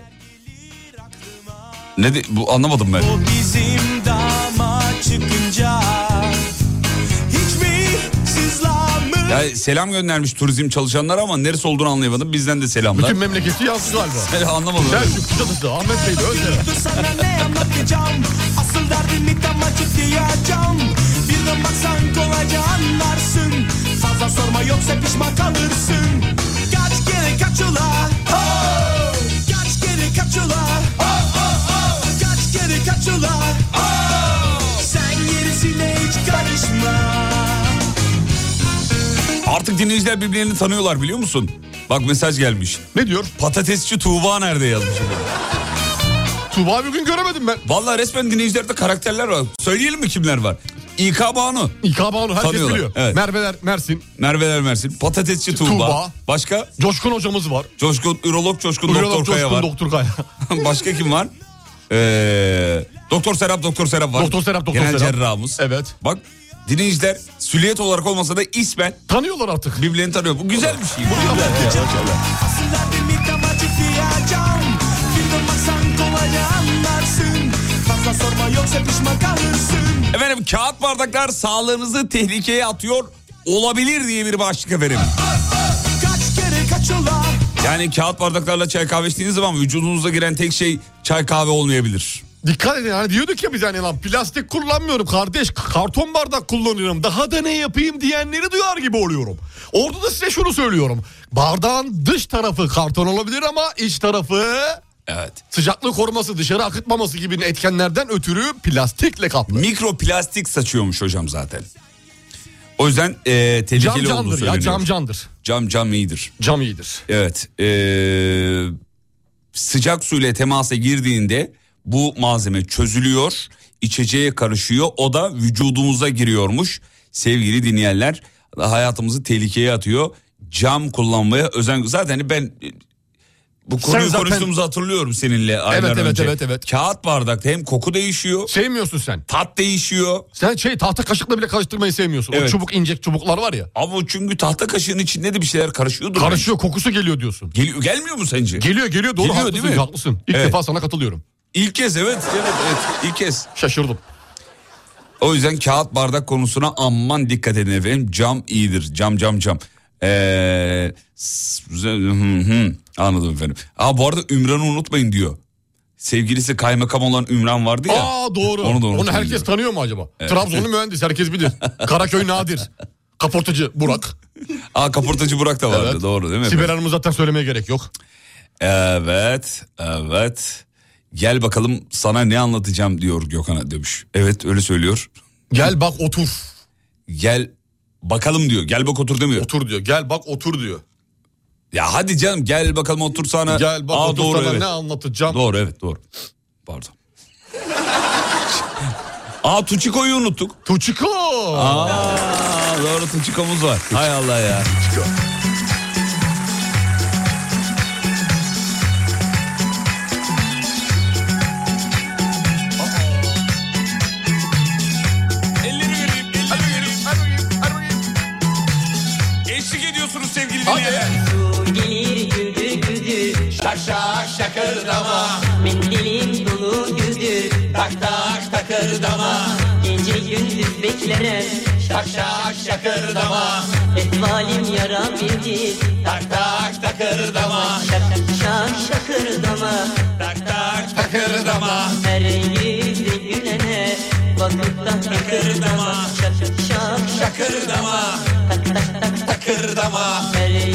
S3: Ne de, bu anlamadım ben.
S5: O bizim dama çıkınca Hiç mi sızlanmış
S3: Ya selam göndermiş turizm çalışanlara ama neresi olduğunu anlayamadım. Bizden de selamlar.
S4: Bütün memleketi yazdı galiba.
S3: Anlamadım.
S4: Selçuk Kuşadası, Ahmet Bey'de Özdere.
S5: Dur sana ne anlatacağım Asıl derdimi tam açıklayacağım Bir de baksan kolayca anlarsın Fazla sorma yoksa pişman kalırsın Kaç kere kaç ula Oh! Kaç kere kaç ula Oh, oh, oh! Kaç kere kaç ula Oh! Sen gerisine hiç karışma
S3: Artık dinleyiciler birbirlerini tanıyorlar biliyor musun? Bak mesaj gelmiş.
S4: Ne diyor?
S3: Patatesçi Tuğba nerede yazmış.
S4: Tuğba bir gün göremedim ben.
S3: Vallahi resmen dinleyicilerde karakterler var. Söyleyelim mi kimler var? İK Banu,
S4: İKBA'nı herkes
S3: Tanıyorlar,
S4: biliyor.
S3: evet.
S4: Merveler, Mersin.
S3: Merveler Mersin, Patatesçi Tuğba.
S4: Tuğba.
S3: Başka?
S4: Coşkun hocamız var.
S3: Coşkun, Ürolog Coşkun
S4: Doktor
S3: Doktor Kaya var.
S4: Doktor Kaya.
S3: Başka kim var? Ee, Doktor Serap, Doktor Serap var.
S4: Doktor Serap, Doktor
S3: Genel
S4: Serap.
S3: cerrahımız.
S4: Evet.
S3: Bak dinleyiciler süliyet olarak olmasa da ismen
S4: Tanıyorlar artık.
S3: birbirlerini tanıyor. Bu güzel bir şey. Bu güzel.
S5: Aslında derdimi tam açıklayacağım Bir de baksan kolayca anlarsın Fazla sorma yoksa pişman kalırsın
S3: Efendim kağıt bardaklar sağlığınızı tehlikeye atıyor olabilir diye bir başlık efendim.
S5: Kaç kere kaç ola
S3: Yani kağıt bardaklarla çay kahve içtiğiniz zaman vücudunuza giren tek şey çay kahve olmayabilir.
S4: Dikkat edin hani diyorduk ya biz hani lan plastik kullanmıyorum kardeş karton bardak kullanıyorum daha da ne yapayım diyenleri duyar gibi oluyorum. Orada da size şunu söylüyorum bardağın dış tarafı karton olabilir ama iç tarafı
S3: Evet.
S4: sıcaklık koruması dışarı akıtmaması gibi etkenlerden ötürü plastikle kaplı.
S3: Mikroplastik saçıyormuş hocam zaten. O yüzden e,
S4: Cam
S3: tehlikeli olduğu
S4: candır
S3: söyleniyor.
S4: ya cam candır
S3: Cam cam iyidir.
S4: cam iyidir.
S3: Evet. e, sıcak suyla temasa girdiğinde bu malzeme çözülüyor, içeceğe karışıyor. O da vücudumuza giriyormuş. Sevgili dinleyenler, hayatımızı tehlikeye atıyor. Cam kullanmaya özen zaten ben e, bu konuyu
S4: zaten-
S3: konuştuğumuzu hatırlıyorum seninle aylar
S4: evet,
S3: önce.
S4: evet, evet.
S3: Kağıt bardakta hem koku değişiyor,
S4: Sevmiyorsun sen
S3: tat değişiyor.
S4: sen şey tahta kaşıkla bile karıştırmayı sevmiyorsun o
S3: Evet.
S4: çubuk incek çubuklar var ya
S3: Ama çünkü tahta kaşığın içinde de bir şeyler karışıyordur.
S4: karışıyor kokusu geliyor diyorsun.
S3: bence. Gel- gelmiyor mu sence?
S4: Geliyor geliyor doğru
S3: Geliyor,
S4: haklısın,
S3: değil mi?
S4: haklısın. İlk
S3: Evet.
S4: defa sana katılıyorum.
S3: ilk kez evet, evet, evet ilk kez.
S4: Şaşırdım.
S3: O yüzden kağıt bardak konusuna aman dikkat edin efendim. Cam iyidir. Cam cam cam. Ee, s- hı hı. anladım efendim. Aa, bu arada Ümran'ı unutmayın diyor. Sevgilisi kaymakam olan Ümran vardı ya.
S4: Aa doğru.
S3: Onu
S4: Onu,
S3: da unutmayın
S4: herkes
S3: diyor.
S4: tanıyor mu acaba? Trabzonlu mühendis herkes bilir. Karaköy Nadir. Kaportacı Burak.
S3: Aa kaportacı Burak da vardı
S4: Evet.
S3: doğru değil mi?
S4: Sibel
S3: efendim?
S4: Hanım'ı zaten söylemeye gerek yok.
S3: Evet, evet. Gel bakalım sana ne anlatacağım diyor Gökhan'a demiş. Evet öyle söylüyor.
S4: Gel bak otur.
S3: Gel bakalım diyor. Gel bak otur demiyor.
S4: Otur diyor. Gel bak otur diyor.
S3: Ya hadi canım gel bakalım otursana.
S4: Gel bak
S3: Aa,
S4: otur
S3: doğru,
S4: sana
S3: evet.
S4: ne anlatacağım.
S3: Doğru evet doğru. Pardon. Aa Tuçiko'yu unuttuk.
S4: Tuçiko.
S3: Aa doğru Tuçiko'muz var. Hay Allah ya. Elleri vereyim, elleri vereyim, hadi bakayım, hadi bakayım. Eşlik ediyorsunuz sevgili dinleyenler.
S8: Gelir güldür güldür
S2: Taşa şakırdama
S8: Mendilim dolu güldür
S2: Tak tak takırdama
S8: Gece gündüz beklerim
S2: Taşa şakırdama
S8: Etvalim yara bildi
S2: Tak tak takırdama
S8: Şak şak şakırdama
S2: Tak tak takırdama
S8: Her yüzü gülene Vakıftan takırdama Şak şak şak
S2: Şakırdama
S8: tak tak tak tak
S2: Takırdama
S8: Her yüzü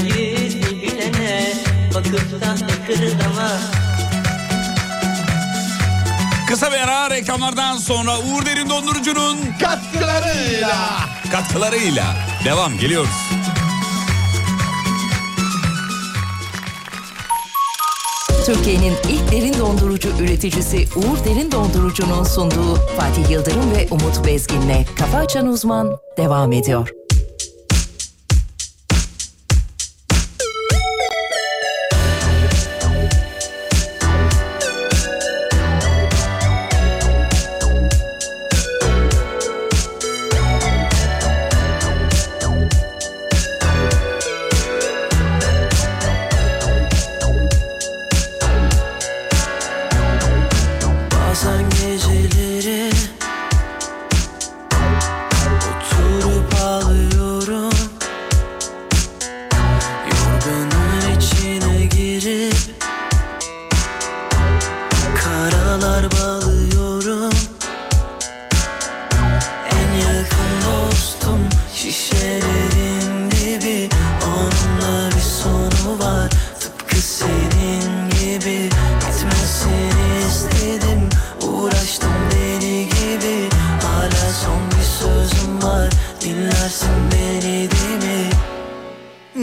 S8: gülene Vakıftan takırdama
S3: Kısa bir ara reklamlardan sonra Uğur Derin Dondurucu'nun
S4: Katkılarıyla.
S3: katkılarıyla devam geliyoruz.
S1: Türkiye'nin ilk derin dondurucu üreticisi Uğur Derin Dondurucu'nun sunduğu Fatih Yıldırım ve Umut Bezgin'le Kafa Açan Uzman devam ediyor.
S8: Bazen geceleri Oturup ağlıyorum Yorganın içine girip Karalar bağlıyorum En yakın dostum Şişelerin dibi Onunla bir sonu var Tıpkı senin gibi Gitmesini istedim Uğraştım deli gibi Hala son bir sözüm var Dinlersin beni değil mi?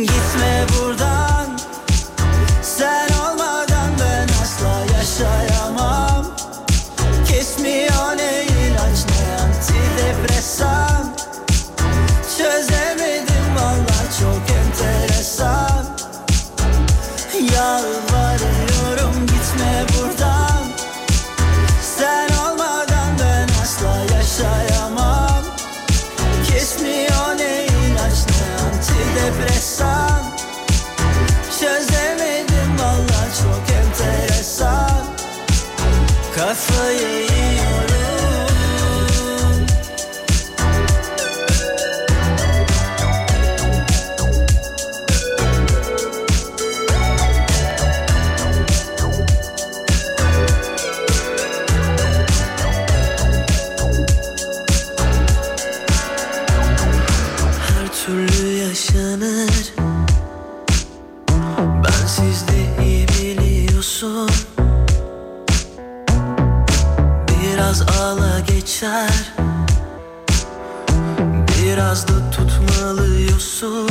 S8: Gitme buradan Sen olmadan ben asla yaşayamam Kesmiyor ne ilaç ne antidepresan Çözemedim valla çok enteresan Yalvarıyorum gitme buradan Sen olmadan ben asla yaşayamam Kesmiyor ne ilaç ne antidepresan Çözemedim valla çok enteresan Kafayı yiyorum Her türlü yaşanır Ben sizde iyi biliyorsun Biraz ağla geçer Biraz da tutmalıyorsun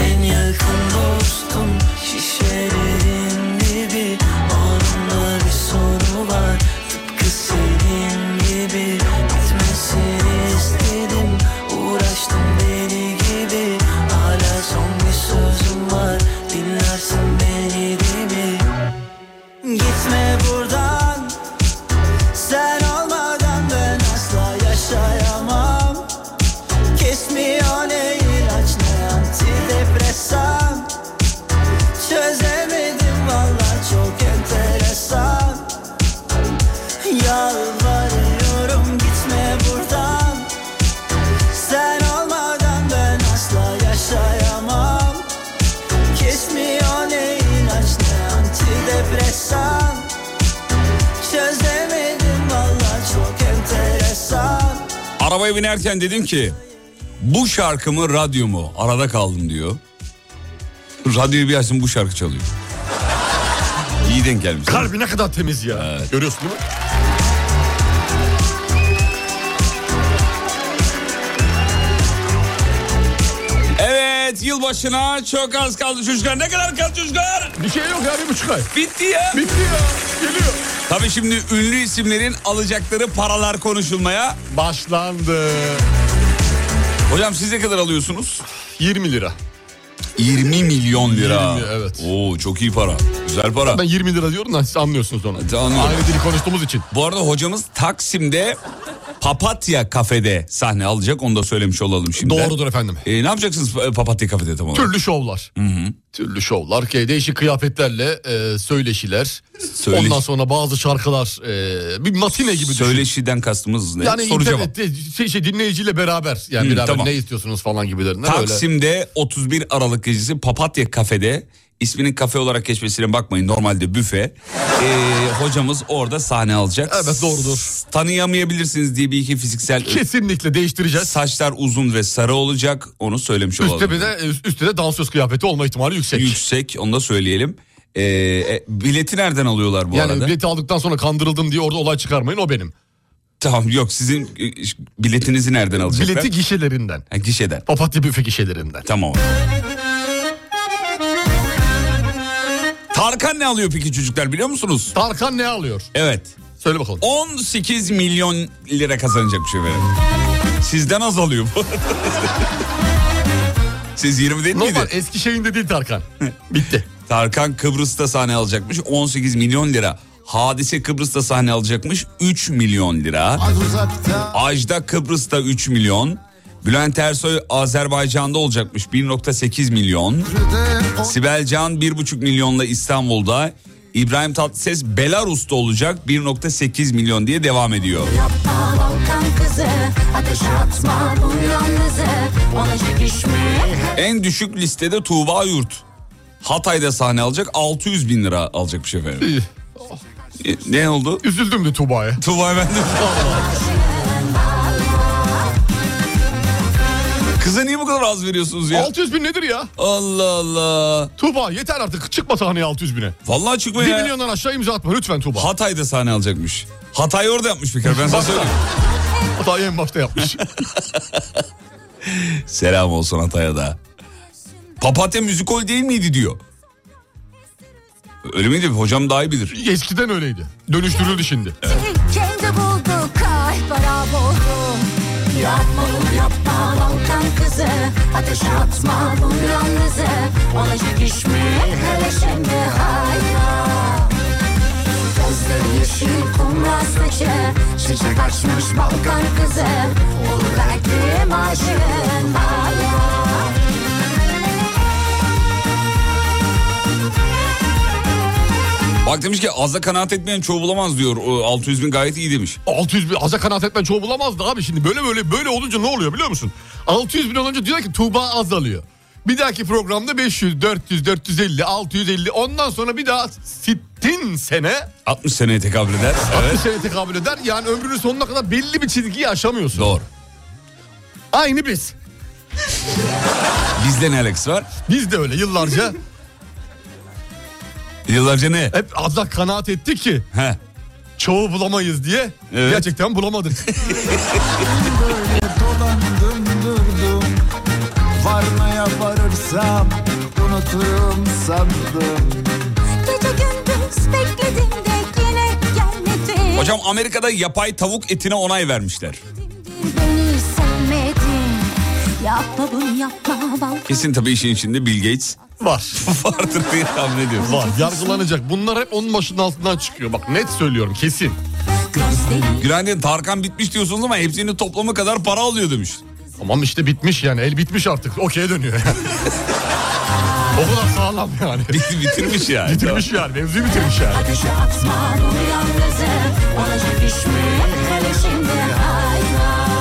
S8: En yakın dostum Şişelerin dibi Onunla bir sonu var Tıpkı senin gibi Bitmesini istedim Uğraştım deli gibi Hala son bir sözüm var Dinlersin beni değil mi? Gitme buradan Sen olmadan ben asla yaşayamam Kesmiyor ne ilaç ne antidepresan Çözemedim valla çok enteresan Yalvarıyorum gitme buradan Sen olmadan ben asla yaşayamam Kesmiyor ne ilaç ne antidepresan Çözemedim valla çok enteresan
S3: Arabaya binerken dedim ki bu şarkı mı radyo mu? Arada kaldım diyor. Radyoyu bir açtım bu şarkı çalıyor. İyi denk gelmiş.
S4: Kalbi ne kadar temiz ya. Görüyorsun değil mi?
S3: Evet yılbaşına çok az kaldı çocuklar. Ne kadar kaldı çocuklar?
S4: Bir şey yok ya bir buçuk ay.
S3: Bitti ya.
S4: Bitti ya. Geliyor.
S3: Tabii şimdi ünlü isimlerin alacakları paralar konuşulmaya.
S4: Başlandı.
S3: Hocam siz ne kadar alıyorsunuz?
S4: 20 lira.
S3: 20 milyon lira.
S4: 20, evet.
S3: Oo çok iyi para. Güzel para.
S4: Ben 20 lira diyorum da siz anlıyorsunuz onu.
S3: Hadi anlıyorum.
S4: Aynı dili konuştuğumuz için.
S3: Bu arada hocamız Taksim'de Papatya Kafede sahne alacak. Onu da söylemiş olalım şimdi.
S4: Doğrudur efendim.
S3: E, ne yapacaksınız e, Papatya Kafede tam olarak?
S4: Türlü şovlar. Türlü şovlar. Ki değişik kıyafetlerle e, söyleşiler.
S3: Söyleş-
S4: Ondan sonra bazı şarkılar e, bir matine gibi düşün.
S3: Söyleşiden kastımız ne?
S4: Yani
S3: Soru cevap.
S4: internette şey, şey, dinleyiciyle beraber yani
S3: Hı,
S4: beraber
S3: tamam.
S4: ne istiyorsunuz falan gibilerinden öyle.
S3: Taksim'de 31 Aralık gecesi Papatya Kafede isminin kafe olarak geçmesine bakmayın normalde büfe. Ee, hocamız orada sahne alacak.
S4: Evet, doğrudur.
S3: S- Tanıyamayabilirsiniz diye bir iki fiziksel
S4: Kesinlikle değiştireceğiz.
S3: saçlar uzun ve sarı olacak onu söylemiş olalım.
S4: Üstte bir de üstte de dansöz kıyafeti olma ihtimali yüksek.
S3: Yüksek onu da söyleyelim. Ee, e, bileti nereden alıyorlar bu
S4: yani
S3: arada?
S4: bileti aldıktan sonra kandırıldım diye orada olay çıkarmayın o benim.
S3: Tamam yok sizin e, biletinizi nereden alacaklar?
S4: Bileti gişelerinden.
S3: Ha, gişeden.
S4: Papatya büfe gişelerinden.
S3: Tamam. Tarkan ne alıyor peki çocuklar biliyor musunuz?
S4: Tarkan ne alıyor?
S3: Evet.
S4: Söyle bakalım.
S3: 18 milyon lira kazanacakmış efendim. Sizden az alıyor bu. Siz 20 değil miydi?
S4: Normal eski şeyinde değil Tarkan. Bitti.
S3: Tarkan Kıbrıs'ta sahne alacakmış 18 milyon lira. Hadise Kıbrıs'ta sahne alacakmış 3 milyon lira. Ajda Kıbrıs'ta 3 milyon. Bülent Ersoy Azerbaycan'da olacakmış 1.8 milyon. Sibel Can 1.5 milyonla İstanbul'da. İbrahim Tatlıses Belarus'ta olacak 1.8 milyon diye devam ediyor.
S9: Balkan kızı Ateşe atma bu yalnızı Ona çekişmeye
S3: En düşük listede Tuğba Yurt. Hatay'da sahne alacak 600 bin lira alacakmış efendim. E, Ne oldu?
S4: Üzüldüm de Tuba'ya.
S3: Tuğba ben de- Kıza niye bu kadar az veriyorsunuz ya?
S4: 600 bin nedir ya?
S3: Allah Allah.
S4: Tuba yeter artık çıkma sahneye 600 bine.
S3: Vallahi
S4: 1
S3: çıkma ya.
S4: milyondan aşağı imza atma lütfen Tuba.
S3: Hatay'da sahne alacakmış. Hatay orada yapmış bir kere ben sana söyleyeyim.
S4: Hatayı en başta yapmış.
S3: Selam olsun Hatay'a da. Papatya müzikol değil miydi diyor. Öyle miydi? Hocam daha iyi bilir.
S4: Eskiden öyleydi. Dönüştürüldü şimdi.
S9: Kendi buldu kahpara buldu Yapma bunu yapma Balkan kızı Ateşe atma bu yalnızı Ona çekişmeye hele şimdi hayra Gözleri yeşil kumral saçı Çiçek açmış Balkan kızı Olur belki maaşın hayra
S3: Bak demiş ki azla kanaat etmeyen çoğu bulamaz diyor. O 600 bin gayet iyi demiş.
S4: 600 bin aza kanaat etmen çoğu bulamazdı abi şimdi böyle böyle böyle olunca ne oluyor biliyor musun? 600 bin olunca diyor ki Tuğba azalıyor. Bir dahaki programda 500, 400, 450, 650 ondan sonra bir daha sittin sene
S3: 60 seneye tekabül eder.
S4: bir
S3: Evet.
S4: sene tekabül eder. Yani ömrünün sonuna kadar belli bir çizgiyi aşamıyorsun.
S3: Doğru.
S4: Aynı biz.
S3: Bizde ne Alex var?
S4: Biz de öyle yıllarca
S3: Yıllarca ne?
S4: hep azla kanaat ettik ki
S3: He.
S4: çoğu bulamayız diye
S3: Evet.
S4: gerçekten bulamadık.
S5: Dolandım durdum Varmaya varırsam Unuturum sandım
S9: Gece gündüz bekledim de yine gelmedi
S3: Hocam Amerika'da yapay tavuk etine onay vermişler.
S9: Beni sevmedin Yapma bunu yapma Balkan
S3: Kesin tabii işin içinde Bill Gates
S4: Var.
S3: vardır diye tahmin ediyorum.
S4: Var. Yargılanacak. Bunlar hep onun başının altından çıkıyor. Bak net söylüyorum kesin.
S9: gözleri
S3: Günaydın Tarkan bitmiş diyorsunuz ama hepsinin toplamı kadar para alıyor demiş.
S4: Tamam işte bitmiş yani. El bitmiş artık. Okey'e dönüyor. o kadar sağlam yani.
S3: Bitti bitirmiş yani.
S4: bitirmiş yani. Mevzuyu bitirmiş yani.
S9: Ateşe atma bunu yalnızı Ona çekişmeye hele şimdi hayran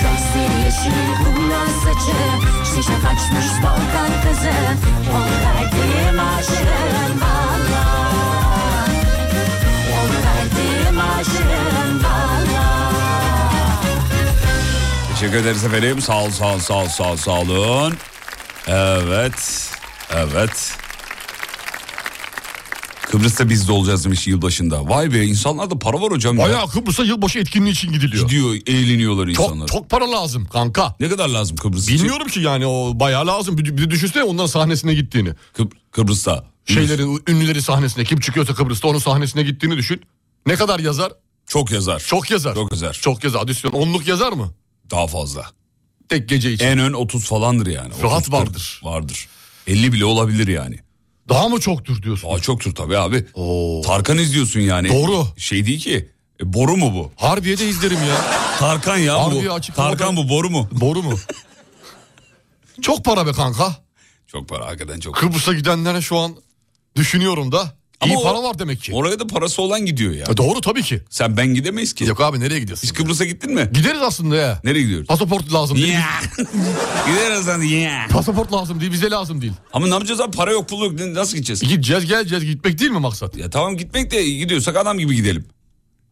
S9: Gözleri yeşil kumral saçı Şişe kaçmış Balkan kızı Onu verdiğim aşığın valla Onu verdiğim aşığın valla
S3: Teşekkür ederiz efendim. Sağ ol, sağ ol, sağ ol, sağ ol, sağ olun. Evet, evet. Kıbrıs'ta biz de olacağız demiş yılbaşında. Vay be insanlarda para var hocam. ya.
S4: Bayağı Kıbrıs'a yılbaşı etkinliği için gidiliyor.
S3: gidiyor, eğleniyorlar insanlar.
S4: Çok, çok para lazım kanka.
S3: Ne kadar lazım Kıbrıs için?
S4: Bilmiyorum ki yani o bayağı lazım. Bir, bir düşünsene onların sahnesine gittiğini.
S3: Kıb- Kıbrıs'ta.
S4: Şeylerin, ünlüleri sahnesine. Kim çıkıyorsa Kıbrıs'ta onun sahnesine gittiğini düşün. Ne kadar yazar?
S3: Çok yazar.
S4: Çok yazar.
S3: Çok yazar.
S4: Çok yazar. Adisyon. Onluk yazar mı?
S3: Daha fazla.
S4: Tek gece için.
S3: En ön 30 falandır yani.
S4: Rahat
S3: 30
S4: vardır.
S3: Vardır. 50 bile olabilir yani.
S4: Daha mı çoktur diyorsun?
S3: Aa çoktur tabii abi. Tarkan izliyorsun yani.
S4: Doğru.
S3: Şey değil ki. E, boru mu bu?
S4: Harbiye'de izlerim ya.
S3: Tarkan ya
S4: Harbi
S3: bu.
S4: açık
S3: Tarkan
S4: havada-
S3: bu boru mu?
S4: Boru mu? Çok para be kanka.
S3: Çok para hakikaten çok.
S4: Kıbrıs'a gidenlere şu an düşünüyorum da.
S3: Ama
S4: iyi
S3: o-
S4: para var demek ki.
S3: Oraya da parası olan gidiyor ya.
S4: E doğru tabii ki.
S3: Sen ben gidemeyiz ki.
S4: Yok abi nereye gidiyorsun?
S3: Biz Kıbrıs'a gittin mi?
S4: Gideriz aslında ya.
S3: Nereye gidiyoruz?
S4: Pasaport lazım değil.
S3: Ya. Gideriz lan ya.
S4: Pasaport lazım değil, vize lazım değil. E,
S3: Ama ne yapacağız abi? Para yok pul yok. Ne- Nasıl gideceğiz?
S4: Gideceğiz, geleceğiz. Gitmek değil mi maksat?
S3: Ya tamam gitmek de gidiyorsak adam gibi gidelim.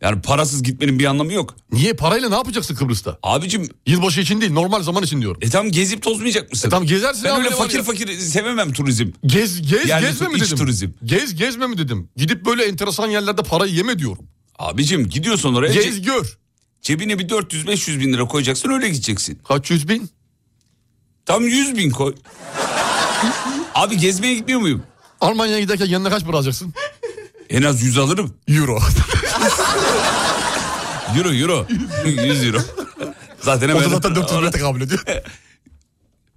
S3: Yani parasız gitmenin bir anlamı yok.
S4: Niye parayla ne yapacaksın Kıbrıs'ta?
S3: Abicim
S4: Yılbaşı için değil, normal zaman için diyorum.
S3: e tam gezip tozmayacak mısın?
S4: E tamam gezersin
S3: ben
S4: abi,
S3: öyle
S4: ne var
S3: fakir
S4: ya?
S3: fakir sevemem turizm.
S4: Gez gez
S3: Yerli
S4: gezme
S3: tu-
S4: mi
S3: iç
S4: dedim?
S3: turizm.
S4: Gez gezme mi dedim? Gidip böyle enteresan yerlerde parayı yeme diyorum.
S3: Abicim gidiyorsun oraya ce-
S4: Gez gör.
S3: cebine bir 400-500 bin lira koyacaksın öyle gideceksin.
S4: Kaç yüz bin?
S3: Tam 100 bin koy. Abi gezmeye gitmiyor muyum?
S4: Almanya'ya giderken yanına kaç para alacaksın?
S3: En az 100 alırım.
S4: Euro.
S3: Euro euro. 100 euro. Zaten
S4: o
S3: hemen...
S4: da zaten 400 lira tekabül ediyor.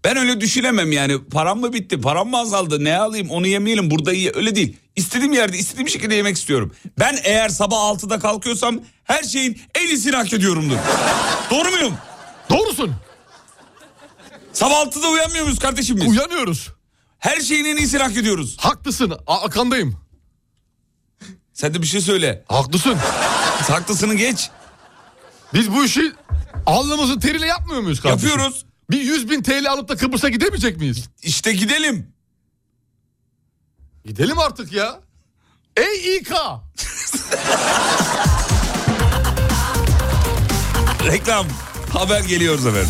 S3: Ben öyle düşünemem yani. Param mı bitti? Param mı azaldı? Ne alayım? Onu yemeyelim. Burada iyi. Öyle değil. İstediğim yerde istediğim şekilde yemek istiyorum. Ben eğer sabah 6'da kalkıyorsam her şeyin en iyisini hak ediyorumdur. Doğru muyum?
S4: Doğrusun.
S3: Sabah 6'da uyanmıyor muyuz kardeşim biz?
S4: Uyanıyoruz.
S3: Her şeyin en iyisini hak ediyoruz.
S4: Haklısın. A- Akandayım.
S3: Sen de bir şey söyle.
S4: Haklısın.
S3: Haklısını geç.
S4: Biz bu işi alnımızın teriyle yapmıyor muyuz kardeşim?
S3: Yapıyoruz.
S4: Bir 100 bin TL alıp da Kıbrıs'a gidemeyecek miyiz?
S3: İşte gidelim.
S4: Gidelim artık ya. E Ey İK.
S3: Reklam. Haber geliyoruz efendim.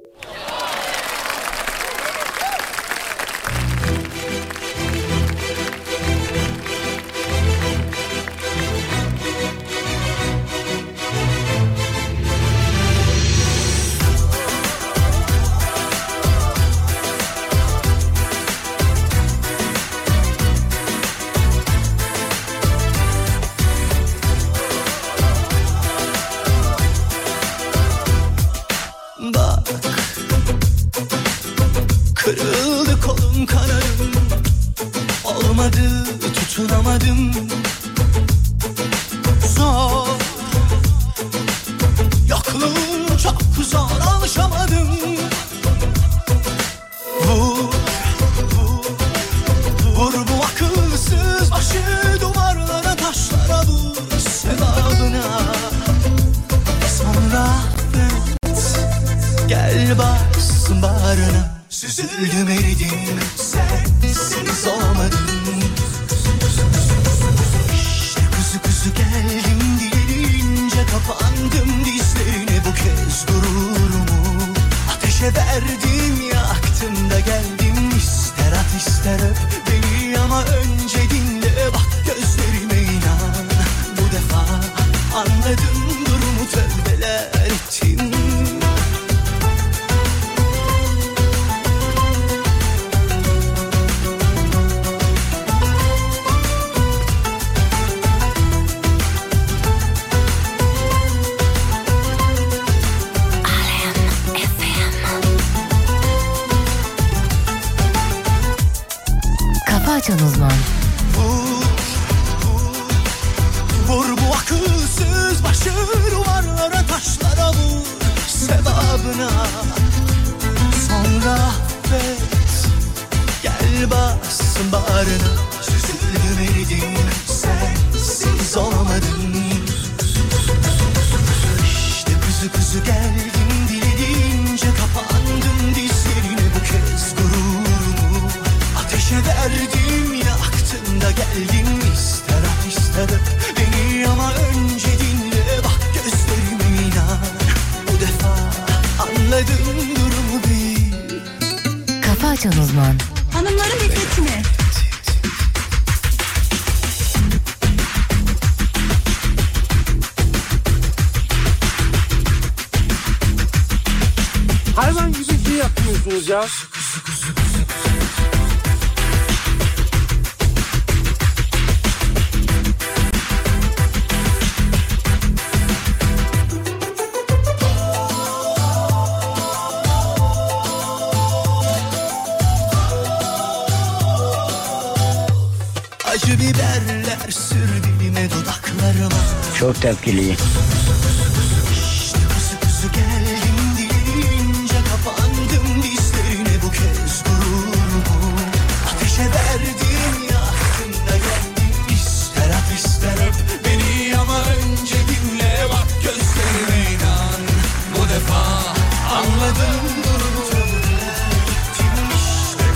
S5: Bak Kırıldı kolum kanarım Olmadı tutunamadım Zor Yokluğun çok zor alışamadım Vur Vur Vur bu akılsız başı duvarlara taşlara vur Sevabına Sonra et Gel bas bağrına Süzüldüm eridim Sensiz olmadım İşte kuzu kuzu geldim Diyelince kapandım dizlerine Bu kez gururumu Ateşe verdim yaktım da geldim İster at ister öp beni Ama önce dinle bak gözlerime inan Bu defa anladım durumu Tövbeler ettim
S1: Kafa Açan Uzman
S5: Vur, vur, vur bu akılsız başı duvarlara taşlara vur sevabına Sonra affet gel bas bağrına Süzüldüm eridim sensiz olamadım işte kuzu kuzu geldim dilediğince kapandım dizlerine bu kez gururumu Ateşe verdim yaktım da geldim ister at ister öp beni ama önce dinle bak gözlerime inan Bu defa anladım durumu bil
S1: Kafa Açan Uzman
S10: Hanımların bekletini.
S11: Hayvan gibi şey yapıyorsunuz ya.
S5: Acı biberler sür dilime dudaklarıma
S11: Çok tepkiliyim.
S5: İşte kuzu kuzu geldim dilince kapandım dizlerine bu kez gururumu Ateşe verdim yaktım da geldim ister at ister öp beni ama önce dinle bak gözlerime inan Bu defa anladım durumu İşte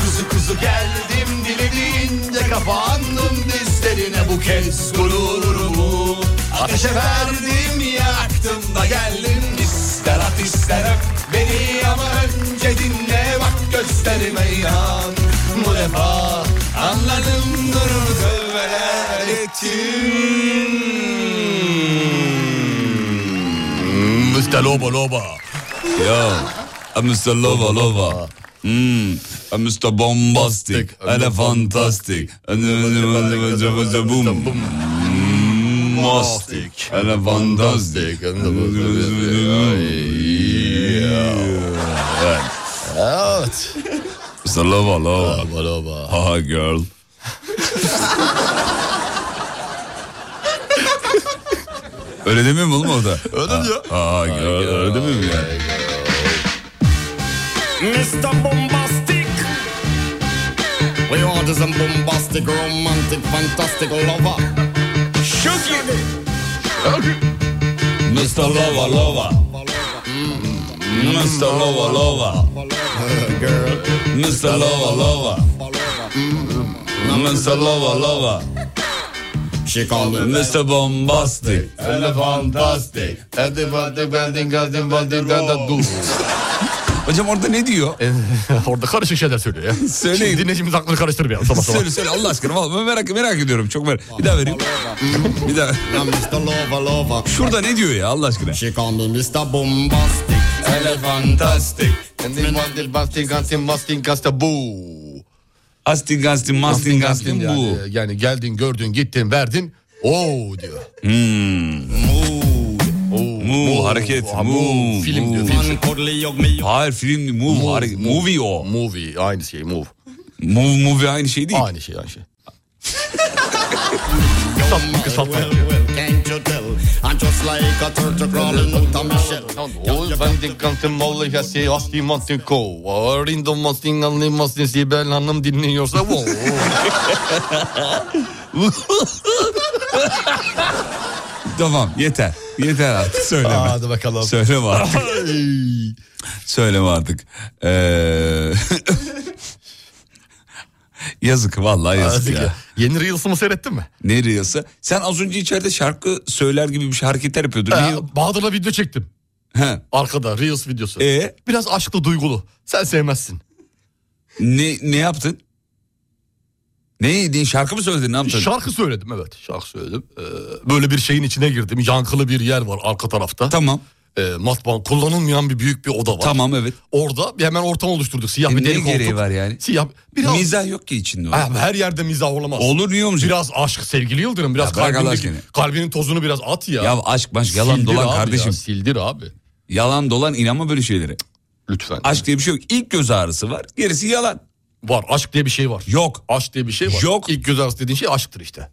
S5: kuzu kuzu geldim dilince kapandım dizlerine bu kez gururumu Ateşe verdim yaktım da geldim ister at ister öp beni ama önce dinle bak gösterime inan bu defa anladım durum tövbeler
S3: ettim. Mr. Loba Loba. Yo. I'm Mr. Loba Loba. Hmm. I'm Mr. Bombastic. And a fantastic. And a boom. Mastic. And a fantastic. Evet. Evet. Mr. Loba Loba. Haha girl. Öyle demiyor mu oğlum orada? Öyle diyor. Aa, girl, öyle demiyor mu ya?
S12: Mr. Bombastic. We are the some bombastic, romantic, fantastic lover. Sugar.
S3: Mr. Lova Lova. Mr. Lova Lova. Girl. Mr. Lova Lova. Mr. Lova Lova. She called me Mr. Bombastic.
S12: And the fantastic. And the fantastic, fantastic, fantastic, fantastic.
S3: Hocam orada ne diyor? E
S4: Orada karışık şeyler söylüyor ya.
S3: Söyleyin.
S4: Şimdi dinleyicimiz aklını karıştırmayalım sabah sabah.
S3: Söyle söyle Allah aşkına. Vallahi ben merak, merak ediyorum. Çok merak. Bir daha vereyim. Bir daha. Şurada ne diyor ya Allah aşkına?
S12: She called me Mr. Bombastic. And the fantastic. And the fantastic, fantastic, fantastic, fantastic, boo.
S3: Astin gastin mastin gastin bu.
S4: Yani geldin gördün gittin verdin. Oo diyor.
S3: Hmm. Move hareket. Move. Film diyor. Hayır film değil, move, hareket. Movie o.
S4: Movie aynı şey move.
S3: Move movie aynı şey değil. Aynı
S4: şey aynı şey.
S12: Can't you tell? I'm just like a turtle crawling out of my shell.
S4: Sibel Hanım dinliyorsa wow.
S3: Tamam yeter. Yeter artık söyleme.
S4: Hadi bakalım.
S3: Söyleme artık. söyleme artık. Ee... yazık vallahi yazık
S4: Yazık
S3: ya.
S4: ya. Yeni Reels'ımı seyrettin mi?
S3: Ne rüyası? Sen az önce içeride şarkı söyler gibi bir şey hareketler yapıyordun.
S4: Ee,
S3: Niye?
S4: Bahadır'la video çektim.
S3: He.
S4: Arkada Reels videosu.
S3: Ee?
S4: Biraz aşklı duygulu. Sen sevmezsin.
S3: Ne, ne yaptın? Ne, ne şarkı mı söyledin ne yaptın?
S4: Şarkı söyledim evet. Şarkı söyledim. Ee, böyle bir şeyin içine girdim. Yankılı bir yer var arka tarafta.
S3: Tamam.
S4: Ee, matbaa kullanılmayan bir büyük bir oda var.
S3: Tamam evet.
S4: Orada bir hemen ortam oluşturduk. Siyah
S3: E,
S4: bir
S3: ne
S4: deri koltuk.
S3: gereği var yani?
S4: Siyah.
S3: Mizah yok ki içinde.
S4: Ha, her yerde mizah olamaz.
S3: Olur diyor musun?
S4: Biraz aşk sevgili Yıldırım. Biraz
S3: Ya bırak Allah
S4: kalbindeki-
S3: aşkına.
S4: kalbinin tozunu biraz at ya.
S3: Ya aşk baş yalan
S4: Sildir
S3: dolan
S4: abi
S3: kardeşim.
S4: ya, sildir abi.
S3: Yalan dolan inanma böyle şeylere.
S4: Lütfen.
S3: Aşk diye bir şey yok. İlk göz ağrısı var gerisi yalan.
S4: Var aşk diye bir şey var.
S3: Yok.
S4: Aşk diye bir şey var.
S3: Yok.
S4: İlk göz arası dediğin şey aşktır işte.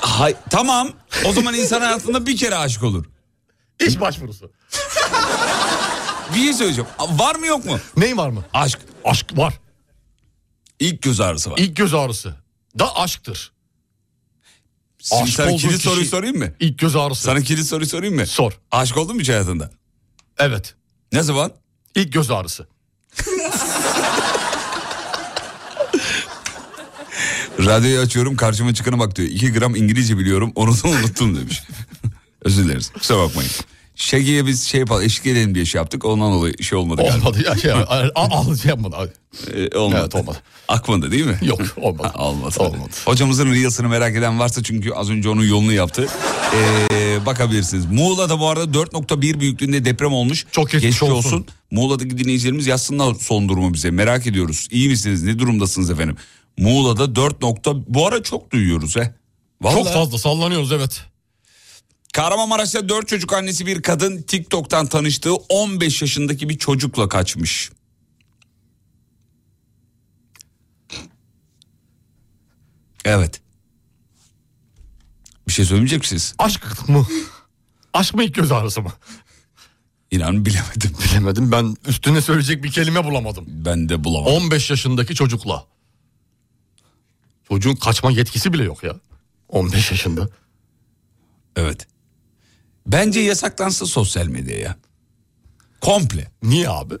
S3: Hay, tamam o zaman insan hayatında bir kere aşık olur.
S4: İş başvurusu.
S3: Bir şey söyleyeceğim. A- Var mı yok mu?
S4: Ney var mı?
S3: Aşk.
S4: Aşk var.
S3: İlk göz ağrısı var.
S4: İlk göz ağrısı da aşktır.
S3: Şimdi
S4: aşık
S3: sana
S4: olduğun
S3: kilit
S4: kişi-
S3: soruyu sorayım mı?
S4: İlk göz ağrısı.
S3: Sana kilit soruyu sorayım mı?
S4: Sor.
S3: Aşık oldun mu hiç hayatında?
S4: Evet.
S3: Ne zaman?
S4: İlk göz ağrısı.
S3: Radyoyu açıyorum karşıma çıkana bak diyor. 2 gram İngilizce biliyorum onu da unuttum demiş. Özür dileriz kusura bakmayın. Şegi'ye biz şey yapalım eşlik edelim diye şey yaptık ondan dolayı şey olmadı galiba.
S4: Olmadı ya. Şey, al, al, şey yapmadı abi.
S3: Ee, olmadı.
S4: Evet, olmadı.
S3: Akmadı değil mi?
S4: Yok olmadı.
S3: Olmadı.
S4: Olmadı.
S3: Hocamızın Reels'ını merak eden varsa çünkü az önce onun yolunu yaptı. Ee, bakabilirsiniz. Muğla'da bu arada 4.1 büyüklüğünde deprem olmuş.
S4: Çok geçmiş olsun.
S3: Muğla'daki dinleyicilerimiz yazsınlar son durumu bize. Merak ediyoruz. İyi misiniz? Ne durumdasınız efendim? Muğla'da 4. nokta- Bu ara çok duyuyoruz he. Vallahi.
S4: Çok fazla sallanıyoruz evet.
S3: Kahramanmaraş'ta 4 çocuk annesi bir kadın TikTok'tan tanıştığı 15 yaşındaki bir çocukla kaçmış. Evet. Bir şey söylemeyecek misiniz?
S4: Aşk mı? Aşk mı ilk göz ağrısı mı?
S3: İnan bilemedim.
S4: Bilemedim ben üstüne söyleyecek bir kelime bulamadım.
S3: Ben de bulamadım.
S4: 15 yaşındaki çocukla. Çocuğun kaçma yetkisi bile yok ya. 15 yaşında.
S3: Evet. Bence yasaklansa sosyal medya ya. Komple.
S4: Niye abi?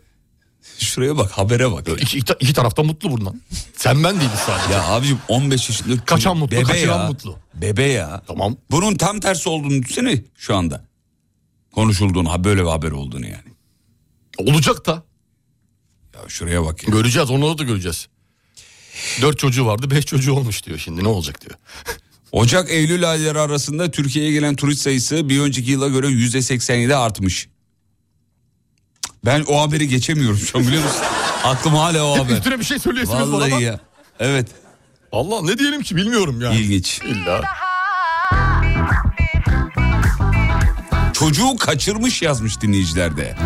S3: Şuraya bak habere bak.
S4: İki, iki, iki tarafta mutlu bundan. Sen ben değiliz sadece.
S3: Ya abicim 15 yaşında çocuk-
S4: Kaçan mutlu,
S3: bebe
S4: kaçıran
S3: ya.
S4: mutlu.
S3: Bebe ya.
S4: Tamam.
S3: Bunun tam tersi olduğunu düşünsene şu anda. Konuşulduğunu, ha böyle bir haber olduğunu yani.
S4: Olacak da.
S3: Ya şuraya bak ya.
S4: Göreceğiz onları da göreceğiz. Dört çocuğu vardı beş çocuğu olmuş diyor şimdi ne olacak diyor.
S3: Ocak Eylül ayları arasında Türkiye'ye gelen turist sayısı bir önceki yıla göre yüzde 87 artmış. Ben o haberi geçemiyorum şu an biliyor musun? Aklım hala o haber.
S4: Üstüne bir şey söylüyorsunuz bana
S3: Vallahi
S4: bak.
S3: ya. Evet.
S4: Allah ne diyelim ki bilmiyorum yani.
S3: İlginç.
S4: İlla.
S3: Çocuğu kaçırmış yazmış dinleyicilerde.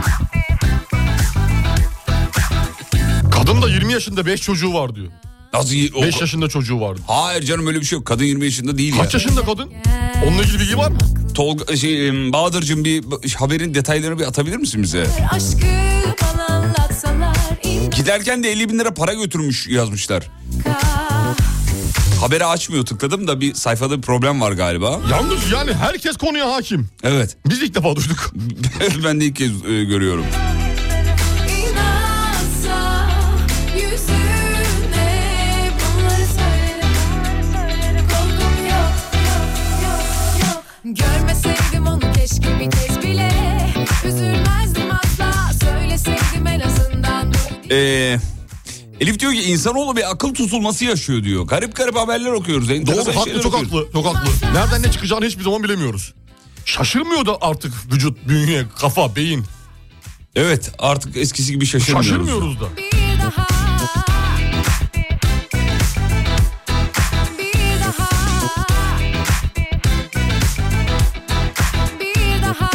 S4: Kadın da 20 yaşında 5 çocuğu var diyor.
S3: Nasıl?
S4: 5 yaşında çocuğu vardı.
S3: Hayır canım öyle bir şey yok. Kadın 20 yaşında değil
S4: Kaç
S3: ya.
S4: yaşında kadın? Onunla ilgili bilgi var mı?
S3: Tolga, şey, em, Bahadır'cığım bir b- haberin detaylarını bir atabilir misin bize?
S8: E,
S13: Aşkı bana anlatsalar
S3: Giderken de 50 bin lira para götürmüş yazmışlar. Haberi açmıyor tıkladım da bir sayfada bir problem var galiba.
S4: Yalnız yani herkes konuya hakim.
S3: Evet.
S4: Biz ilk defa duyduk.
S3: ben de ilk kez e, görüyorum.
S13: inansa yüzüne bunları söylerim korkum yok yok yok yok görmeseydim onu keşke bir kez bile üzülmezdim asla söyleseydim en azından
S3: Ee, Elif diyor ki insanoğlu bir akıl tutulması yaşıyor diyor. Garip garip haberler okuyoruz. enteresan
S4: Doğru haklı
S3: şeyler
S4: çok
S3: okuyoruz.
S4: haklı çok haklı. Nereden ne çıkacağını hiçbir zaman bilemiyoruz. Şaşırmıyor da artık vücut, bünye, kafa, beyin.
S3: Evet artık eskisi gibi şaşırmıyoruz.
S4: Şaşırmıyoruz da.
S13: bir daha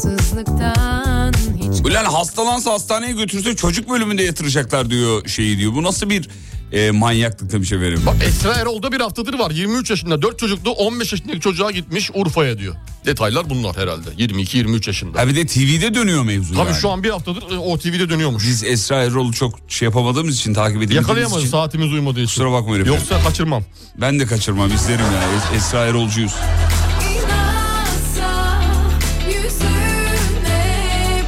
S13: zamansızlıktan hiç
S3: Ulan hastalansa hastaneye götürse çocuk bölümünde yatıracaklar diyor şeyi diyor. Bu nasıl bir e, manyaklık demiş efendim.
S4: Esra Erol'da bir haftadır var. 23 yaşında 4 çocuklu 15 yaşındaki çocuğa gitmiş Urfa'ya diyor. Detaylar bunlar herhalde. 22-23 yaşında.
S3: Ha bir de TV'de dönüyor mevzu
S4: Tabii
S3: yani.
S4: şu an bir haftadır e, o TV'de dönüyormuş.
S3: Biz Esra Erol'u çok şey yapamadığımız için takip edemediğimiz
S4: Yakalayamadı
S3: için.
S4: saatimiz uymadığı için.
S3: Kusura bakma herif.
S4: Yoksa kaçırmam.
S3: Ben de kaçırmam izlerim ya. Es- Esra Erol'cuyuz.
S13: inansa yüzüne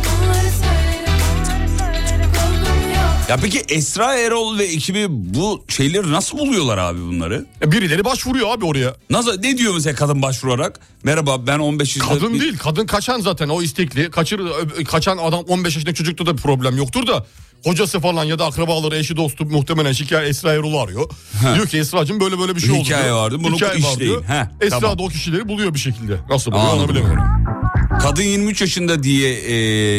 S13: bunları söylerim korkum yok
S3: Ya peki Esra Erol ve ekibi bu şeyleri nasıl buluyorlar abi bunları?
S4: E, birileri başvuruyor abi oraya.
S3: Nasıl, ne diyor mesela kadın başvurarak? Merhaba ben 15 yaşında...
S4: Kadın değil kadın kaçan zaten o istekli. Kaçır, ö- kaçan adam 15 yaşındaki çocukta da bir problem yoktur da. Kocası falan ya da akrabaları eşi dostu muhtemelen şikayet Esra Erol'u arıyor. Diyor ki Esra'cığım böyle böyle bir şey oldu.
S3: Hikaye
S4: diyor.
S3: vardı, bunu
S4: Hikaye var
S3: işleyin.
S4: diyor.
S3: Heh,
S4: Esra
S3: tamam.
S4: da o kişileri buluyor bir şekilde. Nasıl buluyor onu
S3: Anladım.
S4: bilemiyorum.
S3: Kadın 23 yaşında diye e,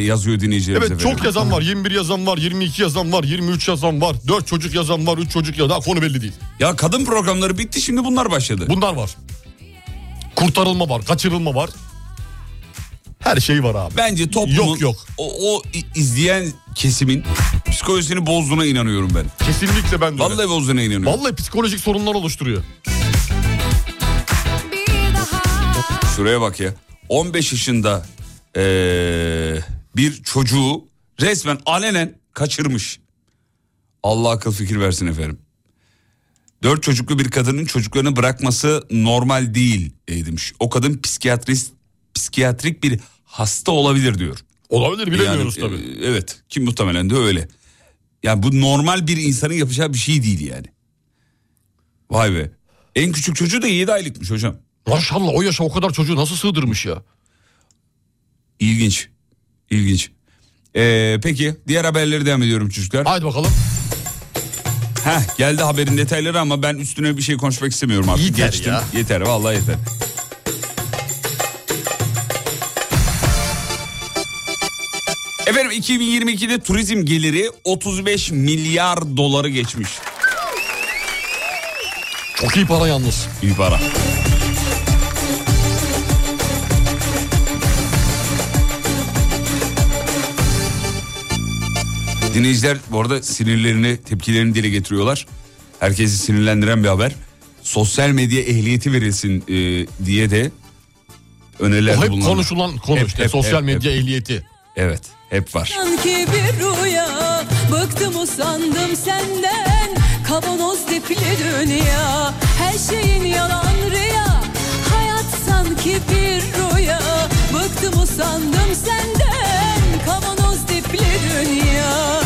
S3: yazıyor dinleyicilerimiz
S4: Evet çok yazan var. 21 yazan var, 22 yazan var, 23 yazan var, 4 çocuk yazan var, 3 çocuk ya daha konu belli değil.
S3: Ya kadın programları bitti şimdi bunlar başladı.
S4: Bunlar var. Kurtarılma var, kaçırılma var. Her şey var abi.
S3: Bence toplumun
S4: Yok, yok.
S3: O, o i- izleyen kesimin psikolojisini bozduğuna inanıyorum ben.
S4: Kesinlikle ben de öyle.
S3: Vallahi bozduğuna inanıyorum.
S4: Vallahi psikolojik sorunlar oluşturuyor.
S3: Şuraya bak ya. 15 yaşında eee, bir çocuğu resmen alenen kaçırmış. Allah akıl fikir versin efendim. Dört çocuklu bir kadının çocuklarını bırakması normal değil e, demiş. O kadın psikiyatrist psikiyatrik bir hasta olabilir diyor.
S4: Olabilir bilemiyoruz
S3: Yani,
S4: tabii.
S3: e, evet ki muhtemelen de öyle. Yani bu normal bir insanın yapacağı bir şey değil yani. Vay be. En küçük çocuğu da 7 aylıkmış hocam.
S4: Maşallah o yaşa o kadar çocuğu nasıl sığdırmış ya?
S3: İlginç. İlginç. Ee, peki diğer haberleri devam ediyorum çocuklar.
S4: Haydi bakalım.
S3: Heh, geldi haberin detayları ama ben üstüne bir şey konuşmak istemiyorum artık.
S4: Yeter
S3: Geçtim.
S4: ya.
S3: Yeter vallahi yeter. Efendim 2022'de turizm geliri 35 milyar doları geçmiş.
S4: Çok iyi para yalnız.
S3: İyi para. Dinleyiciler bu arada sinirlerini, tepkilerini dile getiriyorlar. Herkesi sinirlendiren bir haber. Sosyal medya ehliyeti verilsin e, diye de
S4: O
S3: önerilerde
S4: hep
S3: bulunanlar.
S4: konuşulan konu
S3: Hep,
S4: işte
S3: hep,
S4: sosyal
S3: hep,
S4: medya ehliyeti.
S3: Evet, hep var.
S14: Sanki bir rüya Bıktım usandım senden Kavanoz dipli dünya Her şeyin yalan rüya Hayat sanki bir rüya Bıktım usandım senden Kavanoz dipli dünya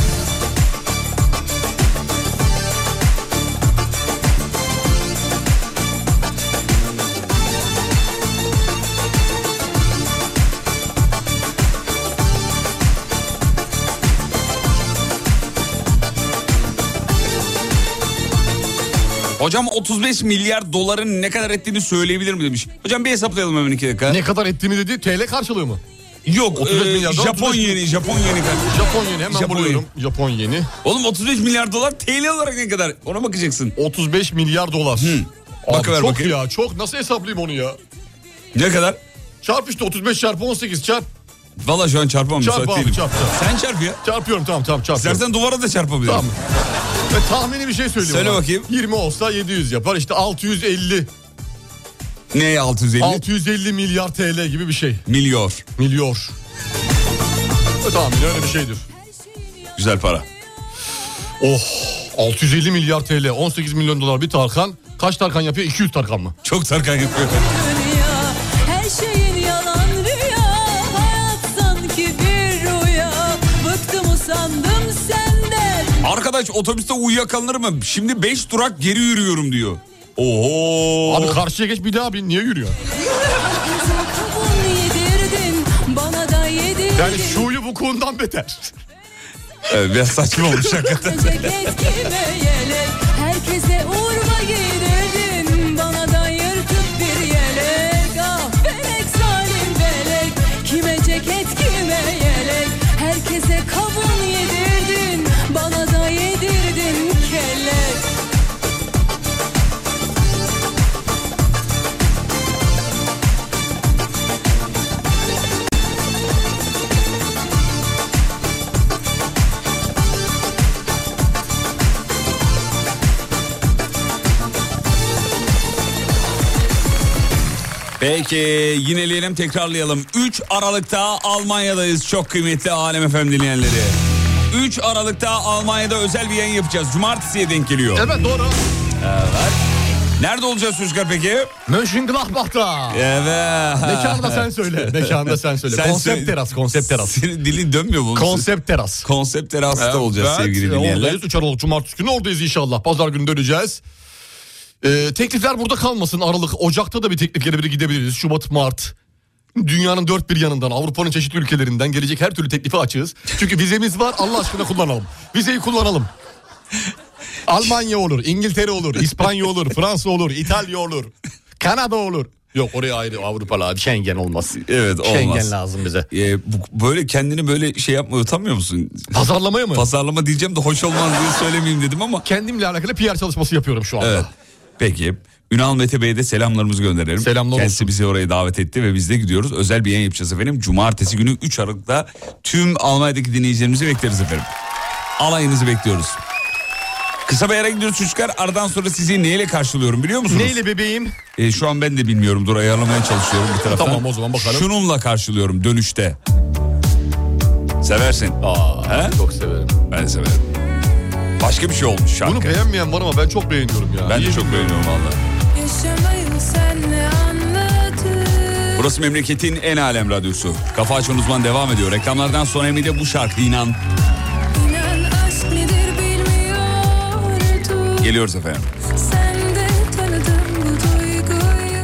S3: Hocam 35 milyar doların ne kadar ettiğini söyleyebilir mi demiş. Hocam bir hesaplayalım hemen iki dakika.
S4: Ne kadar ettiğini dedi TL karşılığı mı?
S3: Yok
S4: 35
S3: e,
S4: milyar dolar,
S3: Japon
S4: 35
S3: yeni Japon yeni.
S4: Japon yeni hemen buluyorum. Japon yeni.
S3: Oğlum 35 milyar dolar TL olarak ne kadar ona bakacaksın.
S4: 35 milyar dolar. Abi
S3: Bakıver
S4: çok
S3: bakayım.
S4: ya çok nasıl hesaplayayım onu ya?
S3: Ne kadar?
S4: Çarp işte 35 çarpı 18 çarp.
S3: Valla şu an çarpamam
S4: Çarp
S3: müsait
S4: abi
S3: değilim.
S4: çarp, çarp.
S3: Sen çarp ya.
S4: Çarpıyorum tamam tamam çarp.
S3: İstersen duvara da çarpabilirim.
S4: Tamam. Ve tahmini bir şey söyleyeyim.
S3: Söyle
S4: ona.
S3: bakayım.
S4: 20 olsa 700 yapar işte 650.
S3: Neye 650?
S4: 650 milyar TL gibi bir şey.
S3: Milyor.
S4: Milyor. Ve tahmini öyle bir şeydir.
S3: Güzel para.
S4: Oh 650 milyar TL 18 milyon dolar bir Tarkan. Kaç Tarkan yapıyor? 200 Tarkan mı?
S3: Çok Tarkan yapıyor.
S14: dünya Her şeyin yalan rüya Hayat sanki bir rüya Bıktım usandım senden
S3: Arkadaş otobüste uyuyakalınır mı? Şimdi 5 durak geri yürüyorum diyor. Oho.
S4: Abi karşıya geç bir daha bin niye yürüyor?
S14: Bunu yedirdin Bana da yedirdin
S4: Yani şuyu vukuundan beter.
S3: Evet, biraz saçma olmuş hakikaten.
S14: Gece eskime yelek Herkese uğruma giydirdin Bana da yırtık bir yelek Ah felek zalim felek Kime ceket kime yelek Herkese kavun yedirdin Bana da yedirdin kelek
S3: Peki yineleyelim tekrarlayalım. 3 Aralık'ta Almanya'dayız çok kıymetli Alem Efem dinleyenleri. 3 Aralık'ta Almanya'da özel bir yayın yapacağız. Cumartesiye denk geliyor.
S4: Evet doğru.
S3: Evet. Nerede olacağız Rüzgar peki?
S4: Mönchengladbach'ta.
S3: Evet.
S4: Mekanda sen söyle. Mekanda sen söyle. konsept
S3: söyle.
S4: teras, konsept teras.
S3: Senin dilin dönmüyor mu?
S4: Konsept teras.
S3: Konsept terasta olacağız sevgili
S4: e,
S3: dinleyenler.
S4: Oradayız. 3 Aralık Cumartesi günü oradayız inşallah. Pazar günü döneceğiz. Ee, teklifler burada kalmasın. Aralık, Ocak'ta da bir teklif gelebilir gidebiliriz. Şubat, Mart. Dünyanın dört bir yanından, Avrupa'nın çeşitli ülkelerinden gelecek her türlü teklifi açığız. Çünkü vizemiz var, Allah aşkına kullanalım. Vizeyi kullanalım. Almanya olur, İngiltere olur, İspanya olur, Fransa olur, İtalya olur, Kanada olur. Yok oraya ayrı Avrupa abi Schengen olmaz.
S3: Evet olmaz. Ee,
S4: Schengen lazım bize.
S3: böyle kendini böyle şey yapma utanmıyor musun?
S4: Pazarlamaya mı?
S3: Pazarlama diyeceğim de hoş olmaz diye söylemeyeyim dedim ama.
S4: Kendimle alakalı PR çalışması yapıyorum şu anda.
S3: Evet. Peki. Ünal Mete Bey'e de selamlarımızı gönderelim.
S4: Selamlar
S3: Kendisi bizi oraya davet etti ve biz de gidiyoruz. Özel bir yayın yapacağız efendim. Cumartesi günü 3 Aralık'ta tüm Almanya'daki dinleyicilerimizi bekleriz efendim. Alayınızı bekliyoruz. Kısa bir yere gidiyoruz çocuklar. Aradan sonra sizi neyle karşılıyorum biliyor musunuz?
S4: Neyle bebeğim?
S3: E, şu an ben de bilmiyorum. Dur ayarlamaya çalışıyorum bir taraftan.
S4: Tamam, o zaman bakalım.
S3: Şununla karşılıyorum dönüşte. Seversin. Aa,
S4: Çok severim.
S3: Ben de severim. Başka bir şey olmuş şarkı.
S4: Bunu beğenmeyen var ama ben çok beğeniyorum ya.
S3: ben de çok beğeniyorum valla.
S14: Yaşamayı sen ne anladın
S3: Burası memleketin en alem radyosu. Kafa Açan Uzman devam ediyor. Reklamlardan sonra hem de bu şarkı inan.
S14: İnan aşk nedir bilmiyordum
S3: Geliyoruz efendim.
S14: Sen de tanıdın bu duyguyu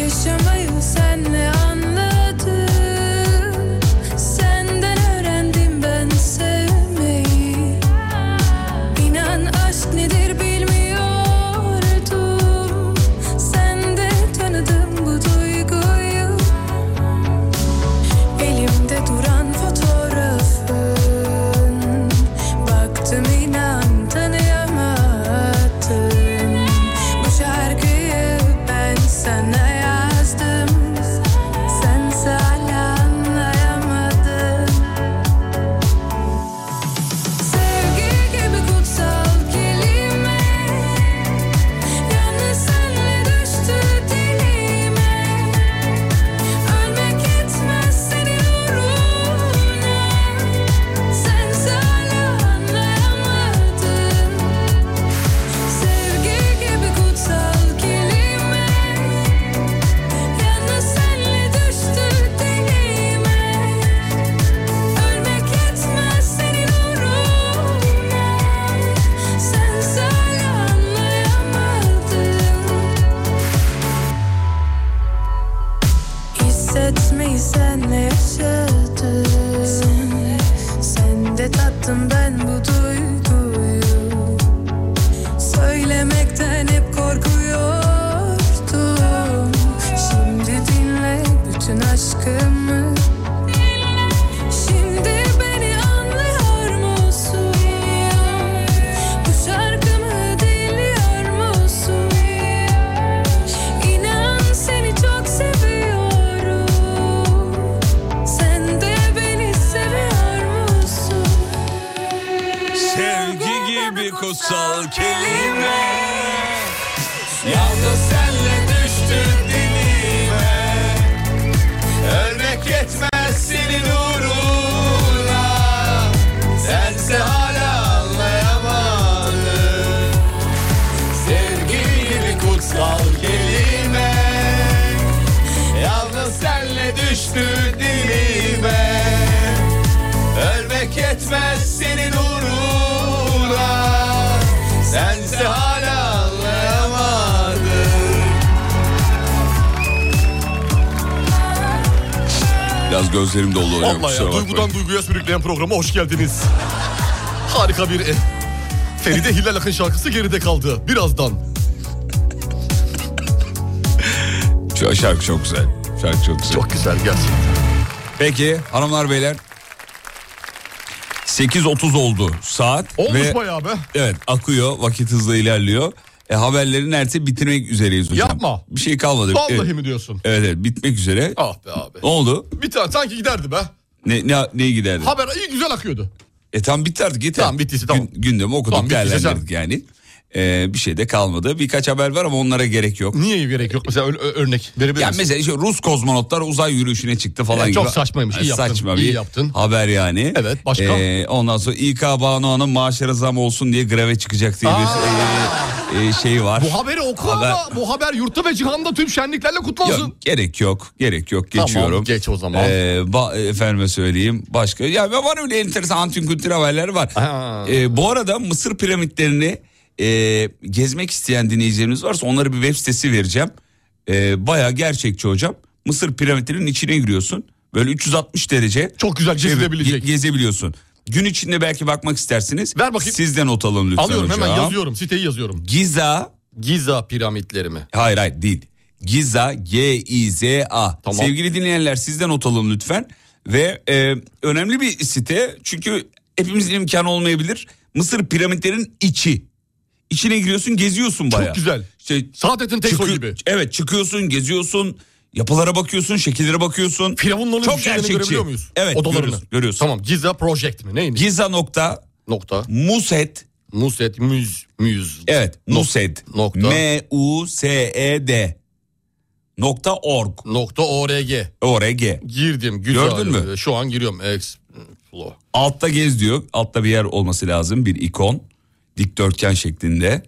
S14: Yaşamayı sen ne anladın Senden öğrendim ben sevmeyi İnan aşk nedir bilmiyordum Sen de tanıdım bu duyguyu Elimde duran fotoğrafı
S2: Yalnız senle düştüm dilime Ölmek yetmez senin uğruna Sense hala anlayamadım Sevgi gibi kutsal kelime Yalnız senle düştü dilime Ölmek yetmez senin uğruna Sense hala anlayamadım
S3: Biraz gözlerim dolu oluyor.
S4: Vallahi ya, duygudan duyguya sürükleyen programa hoş geldiniz. Harika bir... eh, Feride Hilal Akın şarkısı geride kaldı. Birazdan.
S3: Şu şarkı çok güzel. Şarkı çok güzel. Çok
S4: güzel gerçekten.
S3: Peki hanımlar beyler. 8.30 oldu saat.
S4: Olmuş
S3: ve-
S4: bayağı be.
S3: Evet akıyor vakit hızla ilerliyor. E, haberleri neredeyse bitirmek üzereyiz hocam.
S4: Yapma.
S3: Bir şey kalmadı.
S4: Vallahi
S3: Evet.
S4: mi diyorsun?
S3: Evet, evet bitmek üzere.
S4: Ah be abi.
S3: Ne oldu?
S4: Bir tane sanki giderdi be.
S3: Ne, ne, neye giderdi?
S4: Haber iyi güzel akıyordu.
S3: E tamam bitti artık yeter. Tamam bittiyse tamam. gündemi okuduk
S4: Tamam, bittiyse
S3: değerlendirdik yani. E, bir şey de kalmadı. Birkaç haber var ama onlara gerek yok.
S4: Niye gerek yok? Mesela örnek verebilir
S3: Ya
S4: misin?
S3: mesela işte Rus kozmonotlar uzay yürüyüşüne çıktı falan
S4: Evet,
S3: gibi.
S4: çok saçmaymış, iyi yaptın,
S3: Saçma
S4: iyi
S3: bir
S4: yaptın.
S3: haber yani. Evet
S4: başka?
S3: ondan sonra İK Banuhan'ın maaşları zam olsun diye greve çıkacak diye bir e, e, şey var.
S4: Bu haberi oku
S3: Haber-
S4: ama bu haber yurtta ve cihanda tüm şenliklerle kutlansın.
S3: Yok, gerek yok. Gerek yok.
S4: Tamam,
S3: Geçiyorum.
S4: geç o zaman.
S3: Ee, ba- efendime söyleyeyim. Başka. Ya var öyle enteresan antin haberler var. Ee, bu arada Mısır piramitlerini e, gezmek isteyen dinleyicilerimiz varsa onlara bir web sitesi vereceğim. Ee, Baya gerçekçi hocam. Mısır piramitlerinin içine giriyorsun. Böyle 360 derece. şey
S4: Çok güzel gezilebilecek.
S3: gezebiliyorsun. Gün içinde belki bakmak istersiniz. Ver bakayım. Sizden not alalım lütfen
S4: Alıyorum
S3: hocam.
S4: hemen yazıyorum siteyi yazıyorum.
S3: Giza.
S4: Giza piramitleri mi?
S3: Hayır hayır değil. Giza G-I-Z-A. Sevgili dinleyenler sizden not alın lütfen. Ve e, önemli bir site çünkü hepimizin imkanı olmayabilir. Mısır piramitlerin içi. İçine giriyorsun geziyorsun bayağı.
S4: güzel.
S3: İşte,
S4: Saadet'in tek soyu
S3: çıkı-
S4: gibi.
S3: Evet çıkıyorsun geziyorsun. Yapılara bakıyorsun, şekillere bakıyorsun.
S4: Firavunların
S3: Çok
S4: şeylerini
S3: gerçekçi.
S4: görebiliyor muyuz?
S3: Evet,
S4: Odalarını.
S3: görüyorsun, görüyorsun.
S4: Tamam Giza Project mi? Neymiş?
S3: Giza nokta.
S4: Nokta.
S3: Muset.
S4: Muset, müz, müz.
S3: Evet, Mused.
S4: Nokta.
S3: M-U-S-E-D. E Nokta org.
S4: Nokta org.
S3: Org.
S4: Girdim. Güzel.
S3: Gördün mü?
S4: Şu an giriyorum. Explore.
S3: Altta gez diyor. Altta bir yer olması lazım. Bir ikon. Dikdörtgen şeklinde.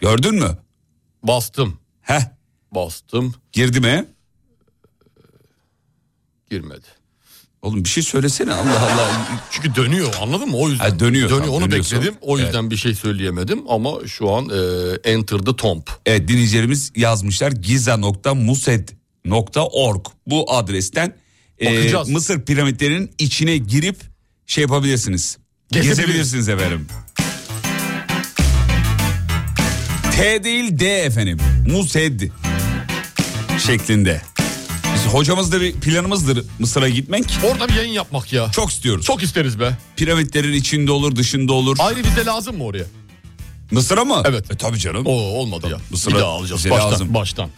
S3: Gördün mü?
S4: Bastım.
S3: Heh.
S4: Bastım.
S3: Girdi mi?
S4: Girmedi.
S3: Oğlum bir şey söylesene Allah Allah.
S4: Çünkü dönüyor anladın mı? O yüzden.
S3: Ha, dönüyor.
S4: Dönüyor
S3: Tamam,
S4: onu
S3: dönüyorsa.
S4: bekledim. O yüzden bir şey söyleyemedim ama şu an e, Enter the Tomb.
S3: Evet E, dinleyicilerimiz yazmışlar. Giza.mused.org bu adresten e,
S4: Bakacağız.
S3: Mısır piramitlerinin içine girip şey yapabilirsiniz.
S4: Gezebiliriz.
S3: Gezebilirsiniz efendim. T değil D efendim. Mused şeklinde. Biz hocamız da bir planımızdır Mısır'a gitmek.
S4: Orada bir yayın yapmak ya.
S3: Çok istiyoruz.
S4: Çok isteriz be.
S3: Piramitlerin içinde olur, dışında olur.
S4: Ayrı vize lazım mı oraya?
S3: Mısır'a mı? Evet. E, tabii canım.
S4: Oo olmadı ya.
S3: Mısır'a
S4: bir daha alacağız.
S3: bize
S4: Baştan,
S3: lazım.
S4: baştan.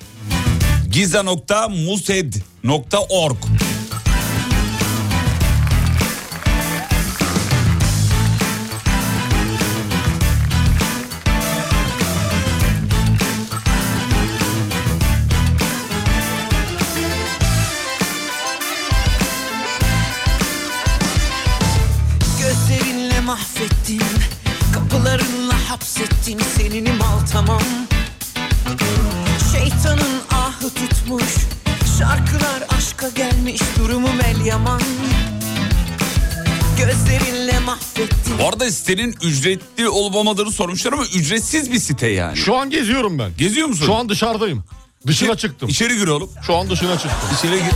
S3: Giza.mused.org
S15: Gözlerinle mahvettin Kapılarınla hapsettin Seninim al tamam Şeytanın ahı tutmuş Şarkılar aşka gelmiş Durumum el yaman Gözlerinle mahvettin
S3: Bu arada sitenin ücretli olup olmadığını sormuşlar ama ücretsiz bir site yani.
S4: Şu an geziyorum ben.
S3: Geziyor musun?
S4: Şu an dışarıdayım. Dışına çıktım.
S3: İçeri gir oğlum.
S4: Şu an dışına çıktım.
S3: İçeri gir.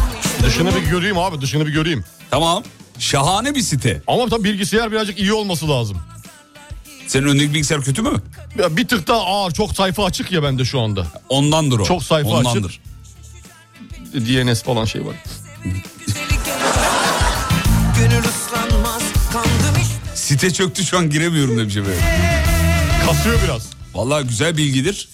S4: Dışını bir göreyim abi dışını bir göreyim.
S3: Tamam. Şahane bir site.
S4: Ama tabii bilgisayar birazcık iyi olması lazım.
S3: Senin önündeki bilgisayar kötü mü?
S4: Ya bir tık daha aa çok sayfa açık ya bende şu anda.
S3: Ondandır o.
S4: Çok sayfa
S3: Ondandır.
S4: açık. DNS falan şey var.
S15: Gönül ıslanmaz Kandım işte
S3: Site çöktü şu an giremiyorum demiş efendim.
S4: Kasıyor biraz.
S3: Vallahi güzel bilgidir.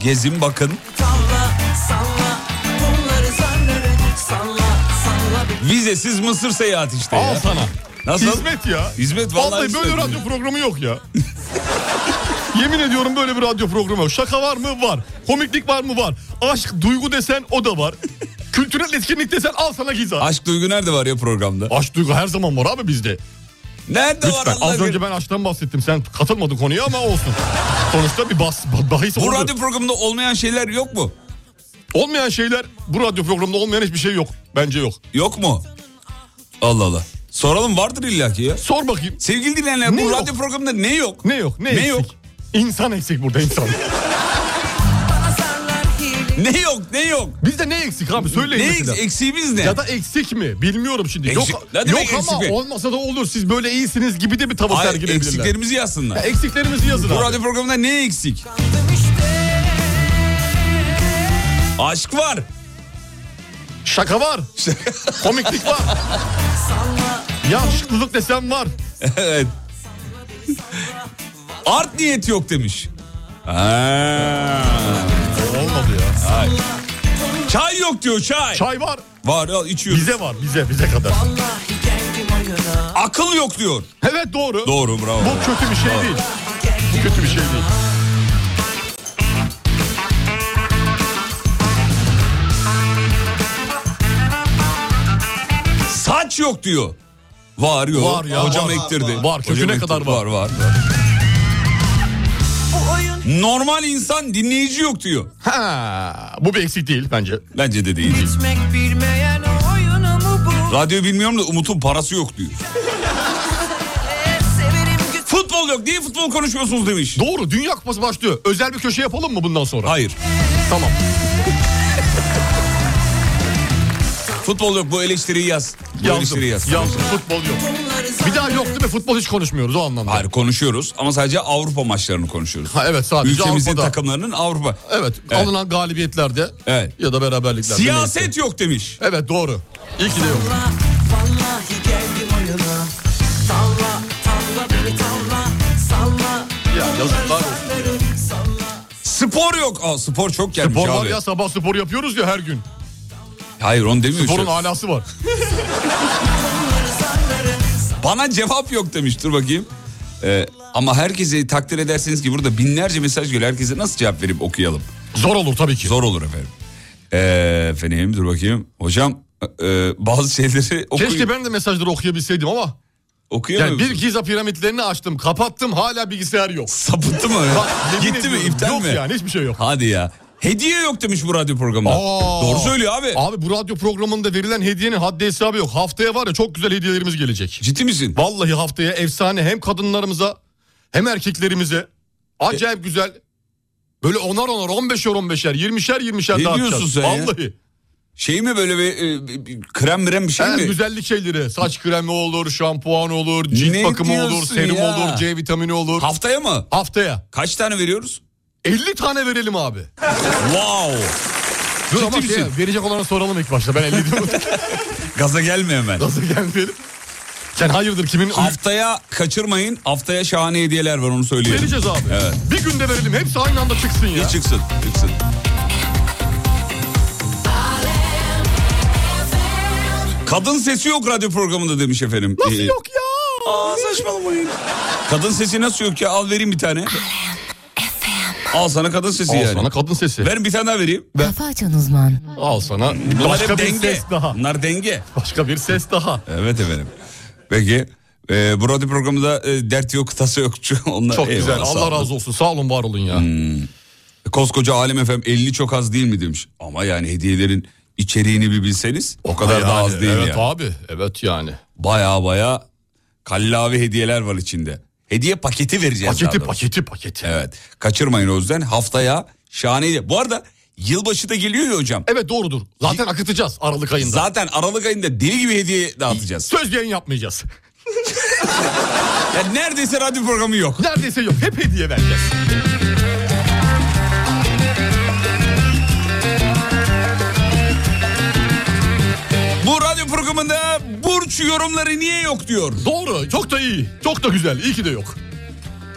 S3: Gezin bakın.
S15: tavla Salla Bunları zarları Salla salla bir
S3: Vizesiz Mısır seyahati işte ya.
S4: Al sana.
S3: Nasıl?
S4: Hizmet ya.
S3: Hizmet vallahi
S4: Vallahi böyle
S3: hizmet.
S4: radyo programı yok ya. Yemin ediyorum böyle bir radyo programı yok. Şaka var mı? Var. Komiklik var mı? Var. Aşk, duygu desen o da var. Kültürel etkinlik desen al sana giza.
S3: Aşk duygu nerede var ya programda?
S4: Aşk duygu her zaman var abi bizde.
S3: Nerede
S4: var Az önce ben aşktan bahsettim. Sen katılmadın konuya ama olsun. Sonuçta bir bas, bahis
S3: Bu
S4: oldu.
S3: radyo programında olmayan şeyler yok mu?
S4: Olmayan şeyler bu radyo programında olmayan hiçbir şey yok. Bence yok.
S3: Yok mu? Allah Allah. Soralım vardır illaki ya.
S4: Sor bakayım.
S3: Sevgili dinleyenler bu radyo programında ne yok?
S4: Ne yok? Ne,
S3: Ne
S4: eksik?
S3: yok?
S4: İnsan eksik burada insan.
S3: ne yok? Ne yok?
S4: Bizde ne eksik abi söyleyin.
S3: Ne
S4: mesela.
S3: eks- eksiğimiz ne?
S4: Ya da eksik mi? Bilmiyorum şimdi.
S3: Eksik-
S4: Yok,
S3: Ne
S4: yok
S3: demek eksik
S4: ama
S3: mi?
S4: olmasa da olur. Siz böyle iyisiniz gibi de bir tavır
S3: Hayır,
S4: sergileyebilirler.
S3: eksiklerimizi yazsınlar.
S4: Ya eksiklerimizi yazın
S3: Bu
S4: abi.
S3: radyo programında ne eksik? Aşk var.
S4: Şaka var. Komiklik var. Yaşlılık desem var.
S3: evet. Art niyet yok demiş. Ha.
S4: Olmadı ya.
S3: Hayır. Çay yok diyor çay.
S4: Çay var.
S3: Var al içiyoruz.
S4: Bize var bize bize kadar.
S3: Akıl yok diyor.
S4: Evet doğru.
S3: Doğru bravo.
S4: Bu kötü bir şey
S3: Bravo.
S4: değil. Bu kötü bir şey değil.
S3: Saç yok diyor. Var yok.
S4: Var ya,
S3: Hocam
S4: var,
S3: ektirdi.
S4: var, var. Köküne
S3: Hocam
S4: kadar
S3: ektirdi.
S4: var.
S3: Var var. Normal insan dinleyici yok diyor.
S4: Ha, bu bir eksik değil bence.
S3: Bence de değil.
S15: Bitmek bilmeyen oyunu mu bu?
S3: Radyo bilmiyorum da Umut'un parası yok diyor. Futbol yok. Niye futbol konuşmuyorsunuz demiş.
S4: Doğru Dünya Kupası başlıyor. Özel bir köşe yapalım mı bundan sonra?
S3: Hayır.
S4: Tamam.
S3: Futbol yok bu eleştiriyi yaz. Bu
S4: Yazdım.
S3: eleştiriyi yaz.
S4: Yazdım. Futbol yok. Bir daha yok değil mi? Futbol hiç konuşmuyoruz o anlamda.
S3: Hayır konuşuyoruz ama sadece Avrupa maçlarını konuşuyoruz.
S4: Ha, evet sadece
S3: Ülkemizin
S4: Avrupa'da.
S3: takımlarının Avrupa.
S4: Evet, alınan galibiyetlerde
S3: Evet.
S4: ya da beraberliklerde.
S3: Siyaset
S4: neyse.
S3: yok demiş.
S4: Evet doğru. İyi ki de yok.
S15: Vallahi geldim oyuna. Salla, tavla beni tavla. Salla.
S4: Ya yazıklar olsun.
S3: Spor yok. Aa, spor çok gelmiş
S4: Spor var
S3: abi.
S4: ya sabah spor yapıyoruz ya her gün.
S3: Hayır onu demiyor.
S4: Sporun
S3: şu an.
S4: alası var.
S3: Bana cevap yok demiş. Dur bakayım. Ee, ama herkese takdir ederseniz ki burada binlerce mesaj geliyor. Herkese nasıl cevap verip okuyalım?
S4: Zor olur tabii ki.
S3: Zor olur efendim. Ee, efendim dur bakayım. Hocam e, e, bazı şeyleri okuyun.
S4: Keşke ben de mesajları okuyabilseydim ama.
S3: Okuyamıyor
S4: Yani bir
S3: musun?
S4: Giza piramitlerini açtım, kapattım hala bilgisayar yok.
S3: Sapıttı mı?
S4: Bak, yemin
S3: Gitti mi?
S4: ediyorum,
S3: İptal
S4: yok
S3: mi?
S4: yani hiçbir şey yok.
S3: Hadi ya. Hediye yok demiş bu radyo programında.
S4: Aa.
S3: Doğru söylüyor abi.
S4: Abi bu radyo programında verilen hediyenin haddi hesabı yok. Haftaya var ya çok güzel hediyelerimiz gelecek.
S3: Ciddi misin?
S4: Vallahi haftaya efsane hem kadınlarımıza hem erkeklerimize
S3: E-
S4: acayip güzel böyle onar onar 15'er 15'er 20'şer 20'şer
S3: Ne
S4: dağıtacağız.
S3: diyorsun sen ya?
S4: Vallahi.
S3: Şey mi böyle bir, e, bir- bir krem mirem bir şey
S4: Her
S3: mi?
S4: güzellik şeyleri saç kremi olur, şampuan olur, cilt
S3: Ne
S4: bakımı olur,
S3: diyorsun
S4: serum
S3: ya?
S4: olur, C vitamini olur.
S3: Haftaya mı?
S4: Haftaya
S3: Kaç tane veriyoruz?
S4: 50 tane verelim abi.
S3: Wow.
S4: Dur
S3: Ciddi
S4: ama şey,
S3: misin?
S4: verecek olana soralım ilk başta. Ben 50 diyorum.
S3: Gaza gelme hemen.
S4: Nasıl gelmeyelim? Sen hayırdır kimin?
S3: Haftaya kaçırmayın. Haftaya şahane hediyeler var onu söyleyelim.
S4: Vereceğiz abi.
S3: Evet.
S4: Bir günde verelim. Hepsi aynı anda çıksın ya.
S3: Bir çıksın, çıksın. Kadın sesi yok radyo programında demiş efendim.
S4: Nasıl
S3: Ee,
S4: yok ya?
S3: saçmalamayın. Kadın sesi nasıl yok ya? Al vereyim bir tane. Al sana kadın sesi
S4: Al
S3: yani.
S4: sana kadın sesi.
S3: Ver bir tane daha vereyim.
S1: Kafa açan uzman.
S4: Al sana
S3: Bunlar
S4: başka
S3: hep
S4: bir
S3: denge.
S4: ses daha.
S3: Bunlar denge.
S4: Başka bir ses daha.
S3: Evet efendim. Peki. E, bu radyo programında e, dert yok, tasa yok. Onlar,
S4: Çok güzel.
S3: eyvallah, sağ
S4: Allah
S3: olun. Hmm,
S4: razı olsun. Sağ olun var olun ya.
S3: Koskoca Alem FM 50 çok az değil mi demiş. Ama yani hediyelerin içeriğini bir bilseniz o kadar da
S4: Yani,
S3: az değil
S4: evet
S3: ya.
S4: abi. Evet yani.
S3: Baya baya kallavi hediyeler var içinde. Hediye paketi vereceğiz. daha
S4: Paketi
S3: doğrusu.
S4: paketi paketi. Evet.
S3: Evet. Kaçırmayın o yüzden haftaya şahane hediye. Bu arada yılbaşı da geliyor ya hocam.
S4: doğrudur. Zaten akıtacağız Aralık ayında.
S3: Zaten Aralık ayında deli gibi hediye dağıtacağız.
S4: Söz yayın yapmayacağız.
S3: Ya neredeyse radyo programı yok.
S4: Neredeyse yok. Hep hediye vereceğiz.
S3: Bu radyo programında Burç yorumları niye yok diyor.
S4: Doğru. Çok da iyi. Çok da güzel. İyi ki de yok.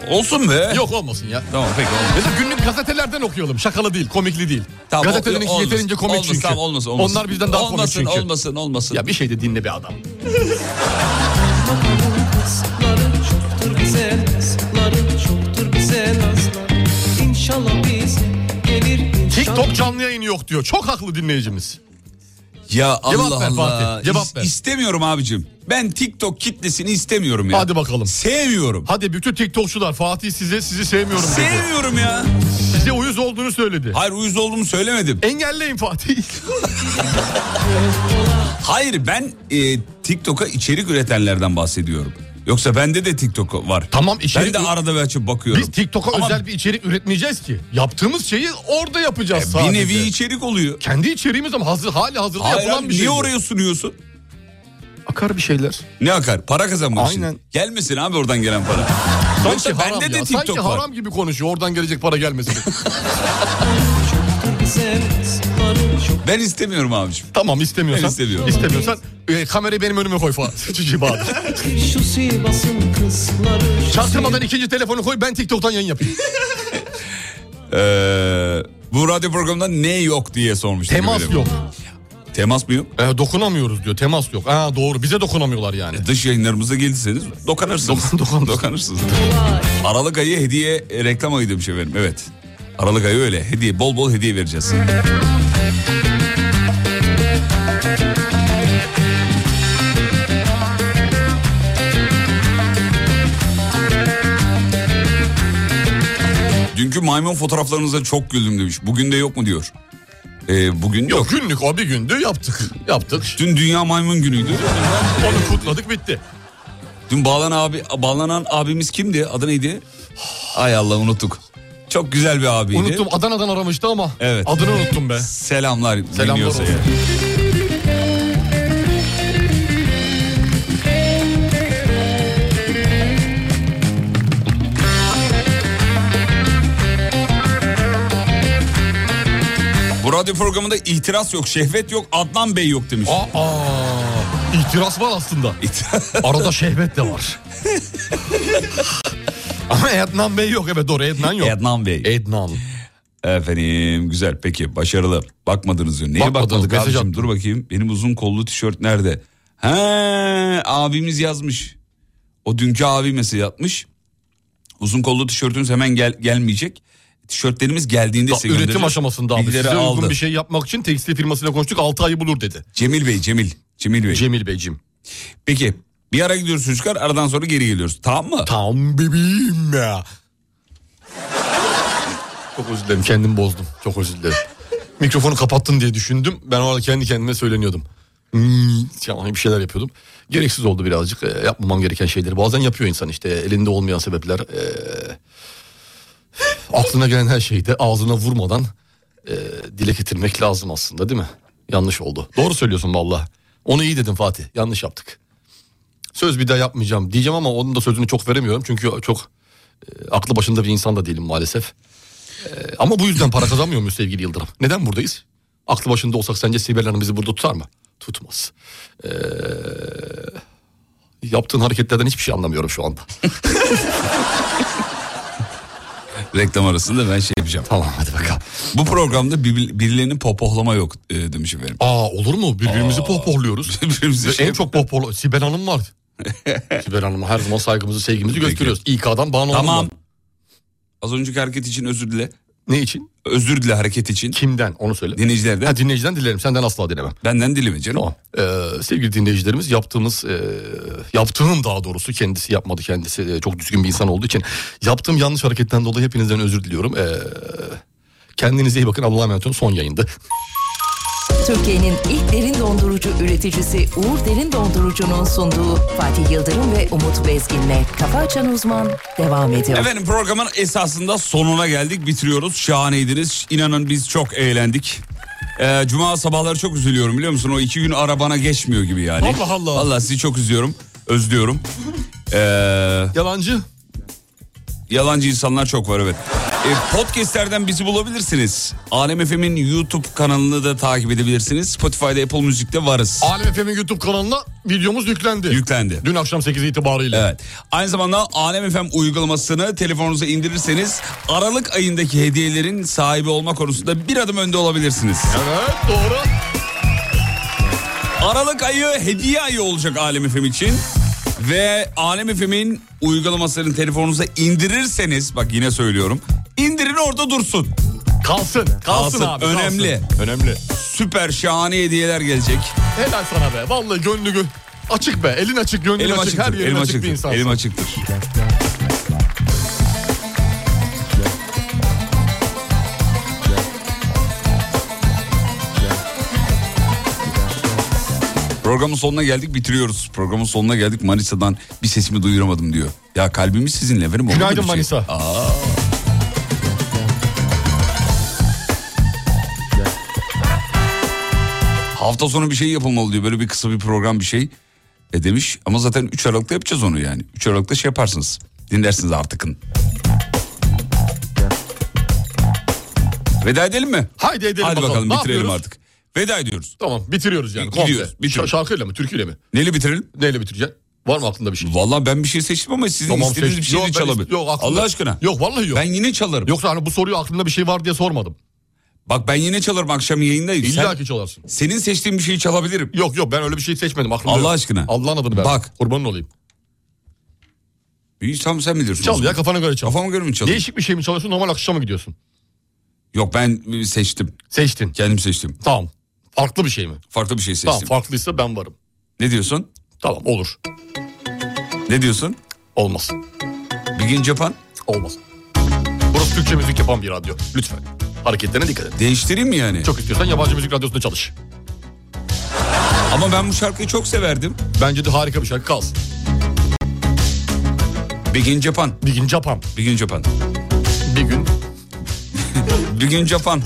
S3: Olsun be.
S4: Yok olmasın ya.
S3: Tamam peki olmaz.
S4: Ya da günlük gazetelerden okuyalım. Şakalı değil, komikli değil.
S3: Tamam,
S4: Gazetelerin
S3: olmaz.
S4: yeterince komik
S3: olmaz,
S4: çünkü.
S3: Tamam, olmaz, olmaz.
S4: Onlar bizden daha komik
S3: olmasın,
S4: çünkü.
S3: Olmasın olmasın
S4: Ya bir şey de dinle be adam.
S7: Sırları çoktur bize naz Sırları çoktur bize naz
S4: TikTok canlı yayını yok diyor. Çok haklı dinleyicimiz.
S3: Ya Allah
S4: Cevap ver
S3: Allah.
S4: Fatih, cevap
S3: İs-
S4: ver.
S3: İstemiyorum abicim. Ben TikTok kitlesini istemiyorum ya.
S4: Hadi bakalım.
S3: Sevmiyorum.
S4: Hadi bütün TikTokçular Fatih size sizi sevmiyorum dedi.
S3: Sevmiyorum ya.
S4: Size uyuz olduğunu söyledi.
S3: Hayır uyuz olduğumu söylemedim.
S4: Engelleyin Fatih.
S3: Hayır ben e, TikTok'a içerik üretenlerden bahsediyorum. Yoksa bende de TikTok var.
S4: Tamam, içerik-
S3: Ben de arada bir açıp bakıyorum.
S4: Biz TikTok'a
S3: Ama
S4: özel bir içerik üretmeyeceğiz ki. Yaptığımız şeyi orada yapacağız
S3: E, bir
S4: sadece.
S3: nevi içerik oluyor.
S4: Kendi içeriğimiz ama hazır, hali hazırda
S3: Hayır
S4: yapılan
S3: abi,
S4: bir şey.
S3: niye
S4: bu.
S3: oraya sunuyorsun?
S4: Akar bir şeyler.
S3: Ne akar? Para kazanmak
S4: Aynen.
S3: için. Gelmesin abi oradan gelen para.
S4: Sanki
S3: Yoksa
S4: haram
S3: bende
S4: ya,
S3: de TikTok
S4: Sanki
S3: var.
S4: haram gibi konuşuyor oradan gelecek para gelmesin.
S3: Ben istemiyorum abicim.
S4: tamam istemiyorsan.
S3: Ben istemiyorum.
S4: İstemiyorsan e, kamerayı benim önüme koy Fatih. Cici bağır.
S2: Şu Sivas'ın kızları
S4: Çaktırmadan ikinci telefonu koy ben TikTok'tan yayın yapayım.
S3: Ee, bu radyo programında ne yok diye sormuştum.
S4: Temas
S3: efendim.
S4: yok.
S3: Temas mı yok?
S4: E, dokunamıyoruz diyor temas yok. Aa, doğru bize dokunamıyorlar yani.
S3: E, Dış yayınlarımıza gelirseniz dokanırsınız. dokanırsınız. Aralık ayı hediye e, reklam ayı demiş efendim. Evet. Aralık ayı öyle. Hediye bol bol hediye vereceğiz. Dünkü maymun fotoğraflarınıza çok güldüm demiş. Bugün de yok mu diyor. Ee, bugün yok.
S4: Günlük o bir gündü yaptık. Yaptık.
S3: Dün Dünya Maymun Günü'ydü.
S4: Onu kutladık bitti.
S3: Dün bağlan abi, bağlanan abimiz kimdi? Adı neydi? Ay Allah unuttuk. Çok güzel bir abiydi.
S4: Unuttum Adana'dan aramıştı ama
S3: Evet.
S4: adını unuttum be.
S3: Selamlar.
S4: Selamlar
S3: dinliyorsa
S4: olsun.
S3: eğer. Bu radyo programında ihtiras yok, şehvet yok, Adnan Bey yok demiş.
S4: Aa, itiraz var aslında. Arada şehvet de var. Ama Ednan Bey yok evet doğru Ednan yok.
S3: Adnan Bey.
S4: Ednan. E-
S3: Efendim güzel peki başarılı. Bakmadınız diyor. Neye
S4: Bakmadım,
S3: bakmadık
S4: mesaj
S3: abicim
S4: attım.
S3: dur bakayım. Benim uzun kollu tişört nerede? He abimiz yazmış. O dünkü abi mesaj atmış. Uzun kollu tişörtünüz hemen gel gelmeyecek. Tişörtlerimiz geldiğinde
S4: Da-
S3: size
S4: üretim
S3: göndereceğiz.
S4: aşamasında abi.
S3: Bilgileri
S4: Size
S3: aldı.
S4: uygun bir şey yapmak için tekstil firmasıyla konuştuk 6 ayı bulur dedi.
S3: Cemil Bey Cemil. Cemil Bey.
S4: Cemil Beyciğim.
S3: Peki bir ara gidiyoruz çocuklar aradan sonra geri geliyoruz. Tamam mı?
S4: Tamam bebeğim ya. Çok özür dilerim kendim bozdum. Çok özür dilerim. Mikrofonu kapattın diye düşündüm. Ben orada kendi kendime söyleniyordum. Hmm, yani bir şeyler yapıyordum. Gereksiz oldu birazcık. Ee, yapmamam gereken şeyleri. Bazen yapıyor insan işte. Elinde olmayan sebepler. ee, aklına gelen her şeyi de ağzına vurmadan ee, dile getirmek lazım aslında değil mi? Yanlış oldu. Doğru söylüyorsun valla. Onu iyi dedin Fatih. Yanlış yaptık. Söz bir daha yapmayacağım diyeceğim ama onun da sözünü çok veremiyorum. Çünkü çok e, aklı başında bir insan da değilim maalesef. E, ama bu yüzden para kazanmıyor muyuz sevgili Yıldırım? Neden buradayız? Aklı başında olsak sence Sibel Hanım bizi burada tutar mı? Tutmaz. E, yaptığın hareketlerden hiçbir şey anlamıyorum şu anda.
S3: Reklam arasında ben şey yapacağım.
S4: Tamam hadi bakalım.
S3: Bu programda bir, birilerinin popohlama yok e, demiş efendim.
S4: Aa olur mu? Birbirimizi pohpohluyoruz.
S3: Birbirimizi
S4: Ve
S3: şey
S4: en çok pohpohlu... Sibel Hanım var. Sibel Hanım'a her zaman saygımızı, sevgimizi gösteriyoruz. İK'dan bana
S3: Tamam. Az önceki hareket için özür dile.
S4: Ne için?
S3: Özür dile hareket için.
S4: Kimden? Onu söyle.
S3: Dinleyicilerden.
S4: Ha, dinleyiciden dilerim. Senden asla dilemem.
S3: Benden dileme canım.
S4: Tamam. Ee, sevgili dinleyicilerimiz yaptığımız e, yaptığım daha doğrusu kendisi yapmadı kendisi e, çok düzgün bir insan olduğu için yaptığım yanlış hareketten dolayı hepinizden özür diliyorum. Ee, kendinize iyi bakın Allah'a emanet olun son yayında.
S1: Türkiye'nin ilk derin dondurucu üreticisi Uğur Derin Dondurucu'nun sunduğu Fatih Yıldırım ve Umut Bezgin'le Kafa Açan Uzman devam ediyor.
S3: Efendim programın esasında sonuna geldik. Bitiriyoruz. Şahaneydiniz. İnanın biz çok eğlendik. Ee, Cuma sabahları çok üzülüyorum biliyor musun? O iki gün arabana geçmiyor gibi yani.
S4: Allah Allah.
S3: Valla sizi çok üzüyorum. Özlüyorum. Ee,
S4: Yalancı.
S3: Yalancı insanlar çok var evet. Ee, podcastlerden bizi bulabilirsiniz. Alem FM'in YouTube kanalını da takip edebilirsiniz. Spotify'da Apple Müzik'te varız.
S4: Alem FM'in YouTube kanalına videomuz yüklendi.
S3: Yüklendi.
S4: Dün akşam 8 itibariyle.
S3: Evet. Aynı zamanda Alem FM uygulamasını telefonunuza indirirseniz Aralık ayındaki hediyelerin sahibi olma konusunda bir adım önde olabilirsiniz.
S4: Evet doğru.
S3: Aralık ayı hediye ayı olacak Alem FM için. Ve Alem FM'in uygulamasını telefonunuza indirirseniz bak yine söylüyorum. indirin orada dursun.
S4: Kalsın. Kalsın, abi. kalsın.
S3: Önemli. Önemli. Süper şahane hediyeler gelecek.
S4: Helal sana be. Vallahi gönlü gö- açık be. Elin açık, gönlün
S3: Elim
S4: açık.
S3: açıktır,
S4: Her yerin
S3: elim
S4: açık bir
S3: açıktır,
S4: insansın.
S3: elim açıktır. Programın sonuna geldik bitiriyoruz. Programın sonuna geldik Manisa'dan bir sesimi duyuramadım diyor. Ya kalbimiz sizinle efendim. olur mu
S4: Günaydın
S3: bir şey?
S4: Manisa.
S3: Aa. Hafta sonu bir şey yapılmalı diyor. Böyle bir kısa bir program bir şey. E demiş ama zaten 3 Aralık'ta yapacağız onu yani. 3 Aralık'ta şey yaparsınız. Dinlersiniz artıkın. Veda edelim mi?
S4: Haydi edelim
S3: Hadi bakalım,
S4: Ne
S3: bitirelim
S4: yapıyoruz?
S3: artık. Veda ediyoruz.
S4: Tamam bitiriyoruz yani.
S3: Gidiyoruz,
S4: Komple. Şa- Şarkıyla mı türküyle mi?
S3: Neyle bitirelim?
S4: Neyle bitireceksin? Var mı aklında bir şey?
S3: Valla ben bir şey seçtim ama sizin istediğiniz
S4: seç-
S3: bir şey de
S4: Yok, ben-
S3: çalabilir.
S4: Yok, aklımda-
S3: Allah aşkına.
S4: Yok vallahi yok.
S3: Ben yine çalarım.
S4: Yoksa hani bu soruyu aklında bir şey var diye sormadım.
S3: Bak ben yine çalarım akşam yayındayız.
S4: İlla
S3: Sen-
S4: ki çalarsın.
S3: Senin seçtiğin bir şeyi çalabilirim.
S4: Yok yok ben öyle bir şey seçmedim aklımda.
S3: Allah
S4: yok.
S3: aşkına.
S4: Allah'ın adını ver.
S3: Bak.
S4: Kurbanın olayım.
S3: İyi tamam sen bilirsin.
S4: Çal ya kafana göre çal.
S3: Kafama göre mi çalayım?
S4: Değişik bir şey mi çalıyorsun normal akışa mı gidiyorsun?
S3: Yok ben e, seçtim.
S4: Seçtin.
S3: Kendim seçtim.
S4: Tamam. Farklı bir şey mi?
S3: Farklı bir şey seçtim.
S4: Tamam farklıysa ben varım.
S3: Ne diyorsun?
S4: Tamam olur.
S3: Ne diyorsun?
S4: Olmaz.
S3: Begin Japan?
S4: Olmaz. Burası Türkçe müzik yapan bir radyo. Lütfen. Hareketlerine dikkat et.
S3: Değiştireyim mi yani?
S4: Çok istiyorsan yabancı müzik radyosunda çalış.
S3: Ama ben bu şarkıyı çok severdim.
S4: Bence de harika bir şarkı kalsın.
S3: Begin Japan.
S4: Bir gün Japan.
S3: Bir gün Japan.
S4: Bir gün.
S3: bir gün Japan.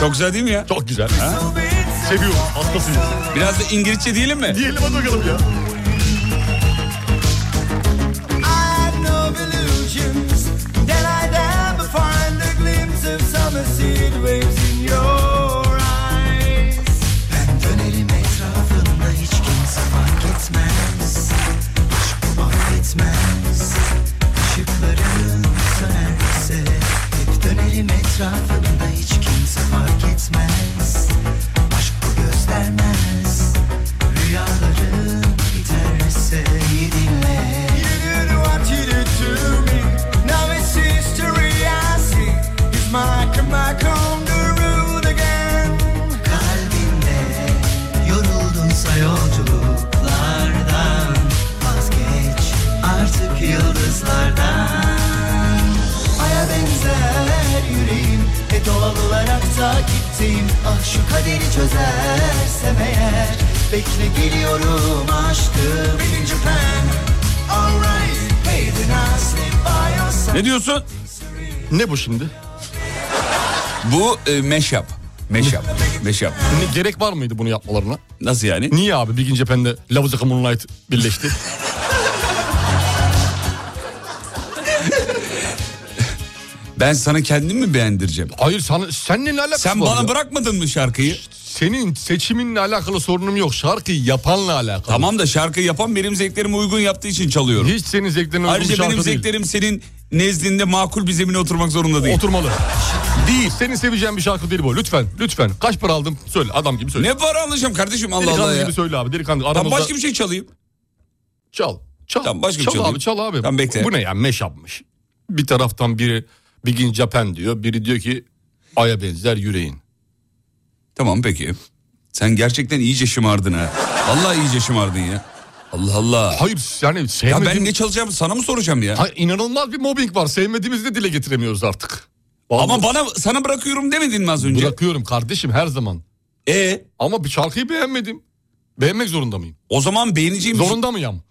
S3: Çok güzel değil mi ya?
S4: Çok şey güzel.
S3: Ha?
S4: Seviyorum. Hastasıyım.
S3: Biraz da İngilizce diyelim mi?
S4: Diyelim hadi bakalım ya.
S5: I know illusions that I never find a glimpse of summer seed waves in your eyes. Ben dönerim etrafında hiç kimse fark etmez. Hiç bu affetmez. Işıkların sönerse hep dönerim etrafında hiç kimse fark etmez. Aşk bu göstermez. Rüyaların biterse iyi dinle.
S16: You do what you do to me. Now it's history I see. Is my come back on the road again?
S5: Kalbinde yoruldunsa yolculuklardan vazgeç artık yıldızlardan Aya benzer yüreğim ve doğal olarak takipteyim Ah şu kaderi çözersem eğer bekle geliyorum aşkım Birinci plan alright Hey then I slip by your side
S3: Ne diyorsun?
S4: Ne bu şimdi?
S3: Bu e, mashup. Mashup. Mashup.
S4: Ne, gerek var mıydı bunu yapmalarına?
S3: Nasıl yani?
S4: Niye abi Big in Japan'le Love is like a Moonlight birleşti?
S3: Ben sana kendim mi beğendireceğim?
S4: Hayır sana, seninle ne alakası
S3: Sen
S4: var
S3: bana
S4: ya?
S3: bırakmadın mı şarkıyı?
S4: Senin seçiminle alakalı sorunum yok. Şarkıyı yapanla alakalı.
S3: Tamam da şarkıyı yapan benim zevklerime uygun yaptığı için çalıyorum.
S4: Hiç senin zevklerine uygun bir
S3: Ayrıca
S4: şarkı
S3: benim
S4: değil.
S3: zevklerim senin nezdinde makul bir zemine oturmak zorunda değil.
S4: Oturmalı. Değil. Senin seveceğin bir şarkı değil bu. Lütfen, lütfen. Kaç para aldım? Söyle, adam gibi söyle.
S3: Ne para alacağım kardeşim Allah
S4: delikanlı
S3: Allah ya.
S4: gibi söyle abi, delikanlı.
S3: Tamam,
S4: Aramızda...
S3: başka bir şey çalayım.
S4: Çal. Çal.
S3: Tamam, başka bir
S4: çal
S3: şey
S4: abi,
S3: alayım.
S4: çal abi.
S3: Tamam, bekle.
S4: Bu ne ya? Meş yapmış. Bir taraftan biri Big in Japan diyor. Biri diyor ki Ay'a benzer yüreğin.
S3: Tamam peki. Sen gerçekten iyice şımardın ha. Vallahi iyice şımardın ya. Allah Allah.
S4: Hayır yani
S3: Ya
S4: sevmediğim...
S3: ben ne çalacağım sana mı soracağım ya?
S4: Hayır, inanılmaz bir mobbing var. Sevmediğimizi de dile getiremiyoruz artık.
S3: Ama bana sana bırakıyorum demedin mi az önce?
S4: Bırakıyorum kardeşim her zaman.
S3: E
S4: Ama bir şarkıyı beğenmedim. Beğenmek zorunda mıyım?
S3: o zaman beğeneceğim. bir şey-
S4: Zorunda mıyım?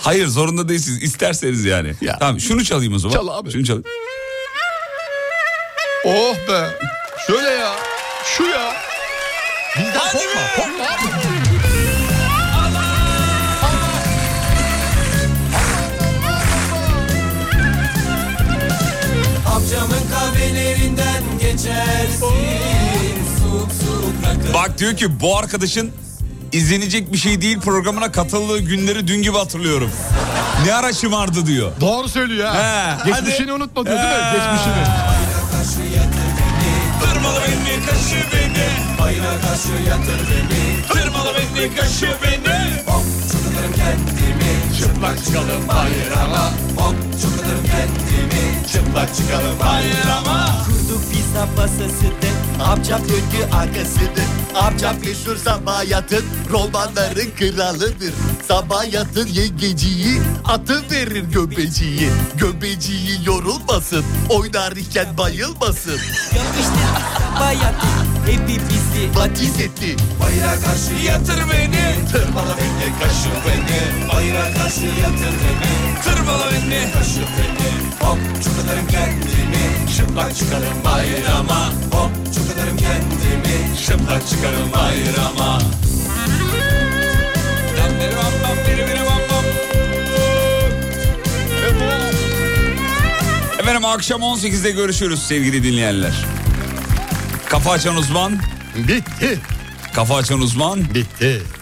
S3: Hayır zorunda değilsiniz. İsterseniz yani. Tamam şunu çalayım o zaman.
S4: Çal abi.
S3: Şunu çalayım.
S4: Oh be. Şöyle ya. Şu ya. Bizden korkma. Korkma abi.
S5: Amcamın kahvelerinden geçersin Soğuk soğuk rakı
S3: Bak diyor ki bu arkadaşın izlenecek bir şey değil programına katıldığı günleri dün gibi hatırlıyorum. Ne ara şımardı diyor.
S4: Doğru söylüyor ha.
S3: He,
S4: Geçmişini
S3: hadi.
S4: unutma diyor değil mi?
S3: He.
S4: Geçmişini.
S5: Tırmala beni kaşı beni Bayrağa karşı yatır beni Tırmala beni kaşı beni Of çatılırım kendi Çıplak çıkalım bayrama Hop çukurlarım kendimi Çıplak çıkalım bayrama
S12: Kurdu pizza masasını Amcam döndü arkasını Amcam meşhur sabah yatın Romanların kralıdır Sabah yatın yengeciyi Atın verir göbeciyi Göbeciyi yorulmasın Oynarken bayılmasın Yapıştırdı sabah yatın Hepi bizi batiz etti
S5: Bayrağa karşı yatır beni Tırmala beni kaşı beni Bayrağa karşı yatır beni Tırmala beni kaşı beni Hop çukurlarım kendimi Çıplak çıkarım bayrama Hop çukurlarım kendimi Çıplak çıkarım bayrama Dam beri bam bam beri beri bam bam
S3: Efendim akşam 18'de görüşürüz sevgili dinleyenler. Kafa açan uzman. Bitti. Kafa açan uzman. Bitti.